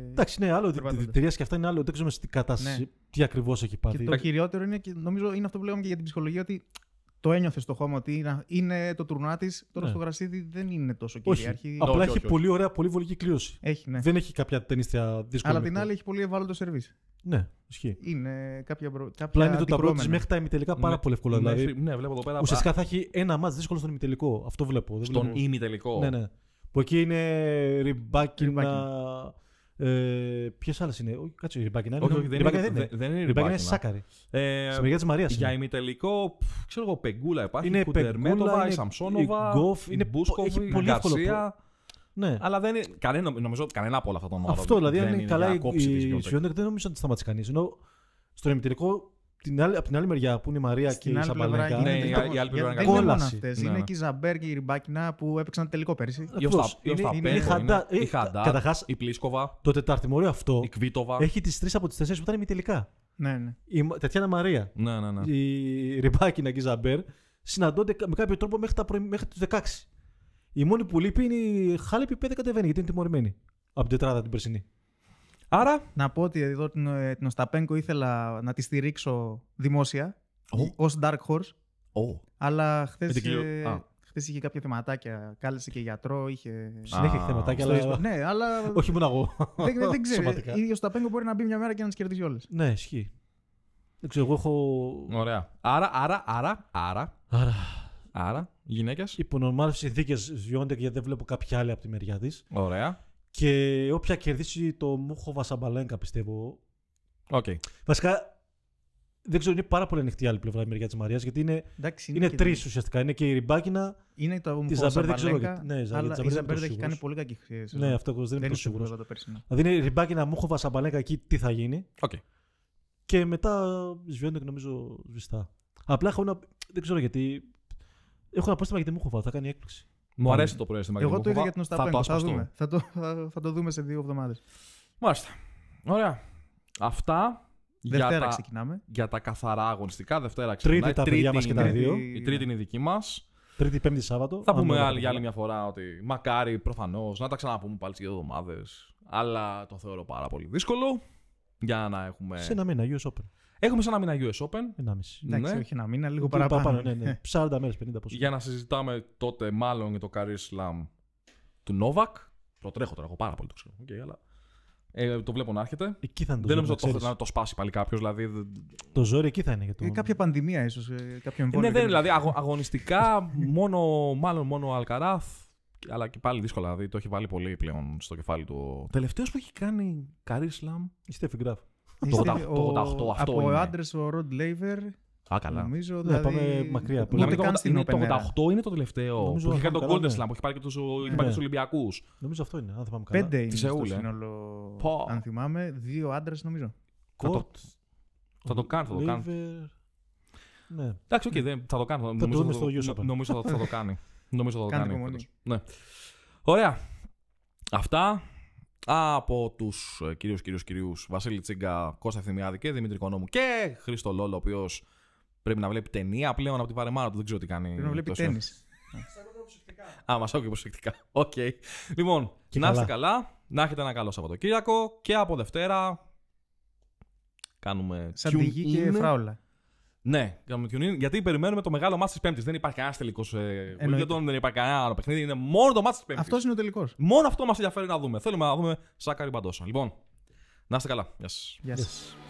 Speaker 2: Εντάξει, ναι, άλλο
Speaker 3: Περπατώντας.
Speaker 2: δηλητηρίας και αυτά είναι άλλο. Δεν ξέρουμε σε τι κατάσταση,
Speaker 3: Ναι.
Speaker 2: τι ακριβώς έχει
Speaker 3: Και
Speaker 2: πάθει.
Speaker 3: το κυριότερο είναι και νομίζω είναι αυτό που λέγαμε και για την ψυχολογία ότι το ένιωθες στο χώμα ότι είναι- είναι το τουρνουά της. Τώρα
Speaker 2: Ναι.
Speaker 3: στο γρασίδι δεν είναι τόσο
Speaker 2: όχι,
Speaker 3: κυριαρχή.
Speaker 2: απλά
Speaker 1: Όχι,
Speaker 2: έχει
Speaker 1: όχι, όχι.
Speaker 2: πολύ ωραία, πολύ βολική κλήρωση.
Speaker 3: Έχει, ναι.
Speaker 2: Δεν έχει κάποια ταινίστια δύσκολη.
Speaker 3: Αλλά την
Speaker 2: μεθόδου.
Speaker 3: άλλη έχει πολύ ευάλωτο σερβίς.
Speaker 2: Ναι, ισχύει.
Speaker 3: Είναι κάποια. προ- κάποια
Speaker 2: Απλά είναι το ταμπλό
Speaker 3: αντικρώμενα.
Speaker 2: της μέχρι τα ημιτελικά πάρα
Speaker 1: Ναι,
Speaker 2: πολύ εύκολο.
Speaker 1: ναι,
Speaker 2: δηλαδή,
Speaker 1: φι- ναι, βλέπω εδώ πέρα.
Speaker 2: ουσιαστικά θα έχει ένα μάτ δύσκολο στον ημιτελικό. Αυτό βλέπω. Δεν
Speaker 1: α, Στον
Speaker 2: βλέπω.
Speaker 1: ημιτελικό.
Speaker 2: Ναι, ναι. Που εκεί είναι ριμπάκινα.
Speaker 3: Ριμπάκινα.
Speaker 2: Ε, Ποιες άλλες είναι. Όχι, κάτσε, η ριμπάκινα.
Speaker 1: Όχι,
Speaker 2: είναι-
Speaker 1: όχι, δεν
Speaker 2: ριμπάκινα
Speaker 1: είναι-
Speaker 2: δεν είναι.
Speaker 1: δεν- δεν είναι
Speaker 2: Ριμπάκινα είναι
Speaker 1: ριμπάκινα.
Speaker 2: σάκαρη.
Speaker 1: Ε,
Speaker 2: Στη μεριά της Μαρίας.
Speaker 1: Για ημιτελικό, πφ, ξέρω εγώ, Πεγκούλα υπάρχει.
Speaker 2: Είναι
Speaker 1: Είναι
Speaker 2: Πεγκούλα,
Speaker 1: Κουντερμέτοβα,
Speaker 2: είναι
Speaker 1: η Σαμσόνοβα,
Speaker 2: η Γκοφ,
Speaker 1: η
Speaker 2: είναι-
Speaker 1: Μπούσκοβι,
Speaker 2: έχει
Speaker 1: η
Speaker 2: πολύ εύκολο
Speaker 1: Γκαρσία.
Speaker 2: Ναι.
Speaker 1: Αλλά δεν είναι. Κανένα, νομίζω ότι κανένα από όλα αυτά τα ονόματα.
Speaker 2: Αυτό δηλαδή,
Speaker 1: δεν
Speaker 2: αν είναι
Speaker 1: για να
Speaker 2: καλά η,
Speaker 1: κόψει τις
Speaker 2: η
Speaker 1: Euroleague.
Speaker 2: Σιόντεκ, δεν νομίζω να τη σταματήσει κανείς. Ενώ στον ημιτελικό, την άλλη, από την άλλη μεριά που είναι η Μαρία
Speaker 3: Στην
Speaker 2: και η
Speaker 3: άλλη πλευρά
Speaker 2: Σαμπαλέκα.
Speaker 1: είναι
Speaker 3: γίνεται
Speaker 1: η-
Speaker 3: το-
Speaker 1: η άλλη πλευρά
Speaker 3: γιατί
Speaker 1: είναι
Speaker 3: Δεν είναι μόνο
Speaker 2: κόλαση.
Speaker 3: αυτές.
Speaker 1: Ναι,
Speaker 3: Είναι
Speaker 1: ναι.
Speaker 3: και η Ζαμπέρ και η Ριμπάκινα που έπαιξαν τελικό πέρσι.
Speaker 1: Η Οστα- Η
Speaker 2: Είναι- είναι η
Speaker 1: Οσταπένκο
Speaker 2: Χαντά-
Speaker 1: είναι,
Speaker 2: ε,
Speaker 1: η Χαντά,
Speaker 2: καταρχάς-
Speaker 1: η Πλίσκοβα,
Speaker 2: Το τεταρτημόριο αυτό
Speaker 1: η Κβίτοβα.
Speaker 2: έχει τις τρεις από τις τέσσερις που ήταν ημιτελικά.
Speaker 3: Ναι, ναι.
Speaker 2: Η Μα- Τατιάνα Μαρία,
Speaker 1: Ναι, ναι, ναι.
Speaker 2: η Ριμπάκινα και η Ζαμπέρ συναντώνται κα- με κάποιο τρόπο μέχρι, τα πρωι- μέχρι τους 16. Η μόνη που λείπει είναι η Χάλεπη που δεν κατεβαίνει γιατί είναι τιμωρημένη από την τετράδα την περσινή.
Speaker 1: Άρα.
Speaker 3: Να πω ότι εδώ την, ε, την Οσταπένκο ήθελα να τη στηρίξω δημόσια
Speaker 1: Ω,
Speaker 3: ως Dark Horse,
Speaker 1: ω.
Speaker 3: αλλά χθες
Speaker 1: Με την κλειό-
Speaker 3: είχε,
Speaker 1: Α.
Speaker 3: χθες είχε κάποια θεματάκια. Κάλεσε και γιατρό, είχε.
Speaker 2: Συνέχεια έχει
Speaker 1: Α,
Speaker 2: θεματάκια,
Speaker 3: στο
Speaker 2: αλλά.
Speaker 3: ίσο- Ναι, αλλά
Speaker 2: Όχι μόνο εγώ.
Speaker 3: δεν, δεν ξέρω.
Speaker 2: Σωματικά.
Speaker 3: Η ίδια Οσταπένκο μπορεί να μπει μια μέρα και να τις κερδίσει όλες.
Speaker 2: Ναι, ισχύει. Δεν ξέρω, εγώ έχω.
Speaker 1: Ωραία. Άρα, άρα, άρα, άρα,
Speaker 2: Άρα,
Speaker 1: άρα, γυναίκες.
Speaker 2: υπονομάρε συνθήκε Ζιόντεκ γιατί δεν βλέπω κάποια άλλη από τη μεριά της.
Speaker 1: Ωραία.
Speaker 2: Και όποια κερδίσει το Μούχοβα Σαμπαλέγκα πιστεύω.
Speaker 1: Οκ.
Speaker 2: Βασικά δεν ξέρω, είναι πάρα πολύ ανοιχτή η άλλη πλευρά η μεριά της Μαρίας γιατί είναι,
Speaker 3: Εντάξει,
Speaker 2: είναι
Speaker 3: και-
Speaker 2: τρεις ουσιαστικά. Είναι και η Ριμπάκινα.
Speaker 3: Είναι το
Speaker 2: Τη
Speaker 3: Μουχόβα
Speaker 2: Ζαμπέρ δεν ξέρω
Speaker 3: Σαμπαλέγκα,
Speaker 2: γιατί- ναι, η Ζαμπέρ-
Speaker 3: αλλά
Speaker 2: η
Speaker 3: η
Speaker 2: Ζαμπέρ δεν
Speaker 3: Ζαμπέρ
Speaker 2: είμαι
Speaker 3: έχει κάνει
Speaker 2: σίγουρος.
Speaker 3: πολύ κακή σεζόν.
Speaker 2: Ναι, αυτό εγώ δεν
Speaker 3: δεν
Speaker 2: είμαι
Speaker 3: είναι
Speaker 2: σίγουρο.
Speaker 3: σίγουρο το ναι. περσινό.
Speaker 2: Δηλαδή είναι η Ριμπάκινα, Μούχοβα Σαμπαλέγκα εκεί τι θα γίνει.
Speaker 1: Οκ.
Speaker 2: Και μετά Ζιόντεκ νομίζω σβηστά. Απλά έχω ένα. Δεν ξέρω γιατί. Έχω ένα πρόστιμα για τη Μούχοβα, θα κάνει έκπληξη.
Speaker 1: Μου αρέσει το προέστημα.
Speaker 3: Εγώ το
Speaker 1: Γρηγόρη.
Speaker 3: είδα για την
Speaker 1: Θα
Speaker 3: Οσταπένκο.
Speaker 1: το
Speaker 3: Θα,
Speaker 1: ασπαστώ.
Speaker 3: δούμε. Θα το, θα, θα το δούμε σε δύο εβδομάδες.
Speaker 1: Μάλιστα. Ωραία. Αυτά για
Speaker 3: Δευτέρα
Speaker 1: τα,
Speaker 3: ξεκινάμε.
Speaker 1: για τα καθαρά αγωνιστικά. Δευτέρα
Speaker 2: Τρίτη
Speaker 1: ξεκινάει.
Speaker 2: τα παιδιά μας και τα
Speaker 1: είναι-
Speaker 2: δύο.
Speaker 1: Η τρίτη είναι η δική μας.
Speaker 2: Τρίτη, Πέμπτη, Σάββατο.
Speaker 1: Θα
Speaker 2: αν
Speaker 1: πούμε
Speaker 2: όλα
Speaker 1: άλλη,
Speaker 2: πάνε
Speaker 1: για άλλη
Speaker 2: καλά.
Speaker 1: μια φορά ότι μακάρι προφανώς να τα ξαναπούμε πάλι σε δύο εβδομάδες. Αλλά το θεωρώ πάρα πολύ δύσκολο. Για να έχουμε.
Speaker 2: Σε ένα μήνα, US Open.
Speaker 1: Έχουμε σε ένα μήνα US Open.
Speaker 2: Ενάμιση.
Speaker 3: Εντάξει,
Speaker 1: Ναι.
Speaker 3: όχι ένα μήνα, λίγο παραπάνω.
Speaker 2: ναι, ναι. 40 μέρε, 50 πόσο.
Speaker 1: Για να συζητάμε τότε μάλλον για το Career Slam του Novak. Προτρέχω τώρα, έχω πάρα πολύ το ξέρω. Οκ, αλλά... ε, το βλέπω να έρχεται.
Speaker 2: Εκεί θα είναι το
Speaker 1: Δεν
Speaker 2: ζόρι.
Speaker 1: νομίζω
Speaker 2: να
Speaker 1: ότι το,
Speaker 2: ξέρεις.
Speaker 1: να το σπάσει πάλι κάποιος. Δηλαδή, δεν-
Speaker 2: Το ζόρι εκεί θα είναι. Για το...
Speaker 3: Ε, κάποια πανδημία ίσως, κάποιο εμβόλιο.
Speaker 1: ναι, δεν,
Speaker 3: δεν-
Speaker 1: δηλαδή αγω- αγωνιστικά μόνο, μάλλον μόνο ο Αλκαράθ. Αλλά και πάλι δύσκολα. Δηλαδή το έχει βάλει πολύ πλέον στο κεφάλι του. Ο τελευταίος που έχει κάνει Career Slam.
Speaker 2: Η Στέφη Γκραφ.
Speaker 1: Το
Speaker 3: Είστε-
Speaker 1: 88,
Speaker 3: ο-
Speaker 1: αυτό
Speaker 3: Από
Speaker 1: είναι.
Speaker 3: ο άντρες ο Ροντ Λέιβερ,
Speaker 1: Α, καλά.
Speaker 3: νομίζω.
Speaker 2: Ναι,
Speaker 3: δηλαδή,
Speaker 2: πάμε μακριά
Speaker 1: Μιλάμε
Speaker 2: πολύ.
Speaker 3: Ούτε
Speaker 1: για
Speaker 3: καν
Speaker 1: το 80
Speaker 3: στην
Speaker 1: είναι το
Speaker 3: Open Era.
Speaker 1: 88 είναι το τελευταίο.
Speaker 2: Νομίζω
Speaker 1: που έχει
Speaker 2: ότι
Speaker 1: κάνει τον
Speaker 2: καλά,
Speaker 1: Golden
Speaker 2: ναι.
Speaker 1: Slam, που έχει πάρει και τους
Speaker 2: Ναι.
Speaker 1: Ολυμπιακούς.
Speaker 2: Νομίζω αυτό είναι, αν θυμάμαι καλά.
Speaker 3: Πέντε είναι
Speaker 1: Της
Speaker 3: στο
Speaker 1: Εούλ, ε.
Speaker 3: σύνολο,
Speaker 1: Πω. Ε,
Speaker 3: αν θυμάμαι. Δύο άντρες νομίζω.
Speaker 1: Θα το-
Speaker 2: Κορτ,
Speaker 1: θα το κάνω, θα το κάνω.
Speaker 2: Λίβερ, Ναι.
Speaker 1: Εντάξει, οκ, δεν- θα το κάνει. Θα,
Speaker 2: το
Speaker 1: νομίζω,
Speaker 2: δούμε
Speaker 1: θα το-
Speaker 2: στο US Open.
Speaker 1: νομίζω θα, θα το κάνει. νομίζω θα το
Speaker 3: Κάντε
Speaker 1: κάνει.
Speaker 3: υπομονή.
Speaker 1: φέτος. Ναι. Ωραία. Αυτά από ε, του κυρίου, κυρίου, κυρίου Βασίλη Τσίγκα, Κώστα Ευθυμιάδη και Δημήτρη Κονόμου και Χρήστο Λόλο, ο οποίος πρέπει να βλέπει ταινία πλέον από τη βαρεμάρα του. Δεν ξέρω τι κάνει.
Speaker 3: Πρέπει να βλέπει
Speaker 1: τόσο.
Speaker 3: τέννη.
Speaker 1: Α, μας άκουγε προσεκτικά. Οκ. Λοιπόν,
Speaker 2: Και
Speaker 1: να είστε καλά. Να έχετε ένα καλό Σαββατοκύριακο και από Δευτέρα κάνουμε
Speaker 3: Σαν τη γη και
Speaker 1: tune-in.
Speaker 3: φράουλα.
Speaker 1: Ναι, κάνουμε tune-in, γιατί περιμένουμε το μεγάλο μάτι της Πέμπτης. Δεν υπάρχει κανένας τελικός ε, Wimbledon, δεν υπάρχει κανένα άλλο παιχνίδι. Είναι μόνο το μάτι της Πέμπτης.
Speaker 3: Αυτός είναι ο τελικός.
Speaker 1: Μόνο αυτό μας ενδιαφέρει να δούμε. Θέλουμε να δούμε Σάκαρη Μπαντόσα. Λοιπόν, να είστε καλά. Γεια σας.
Speaker 3: Γεια σας.
Speaker 2: Yes.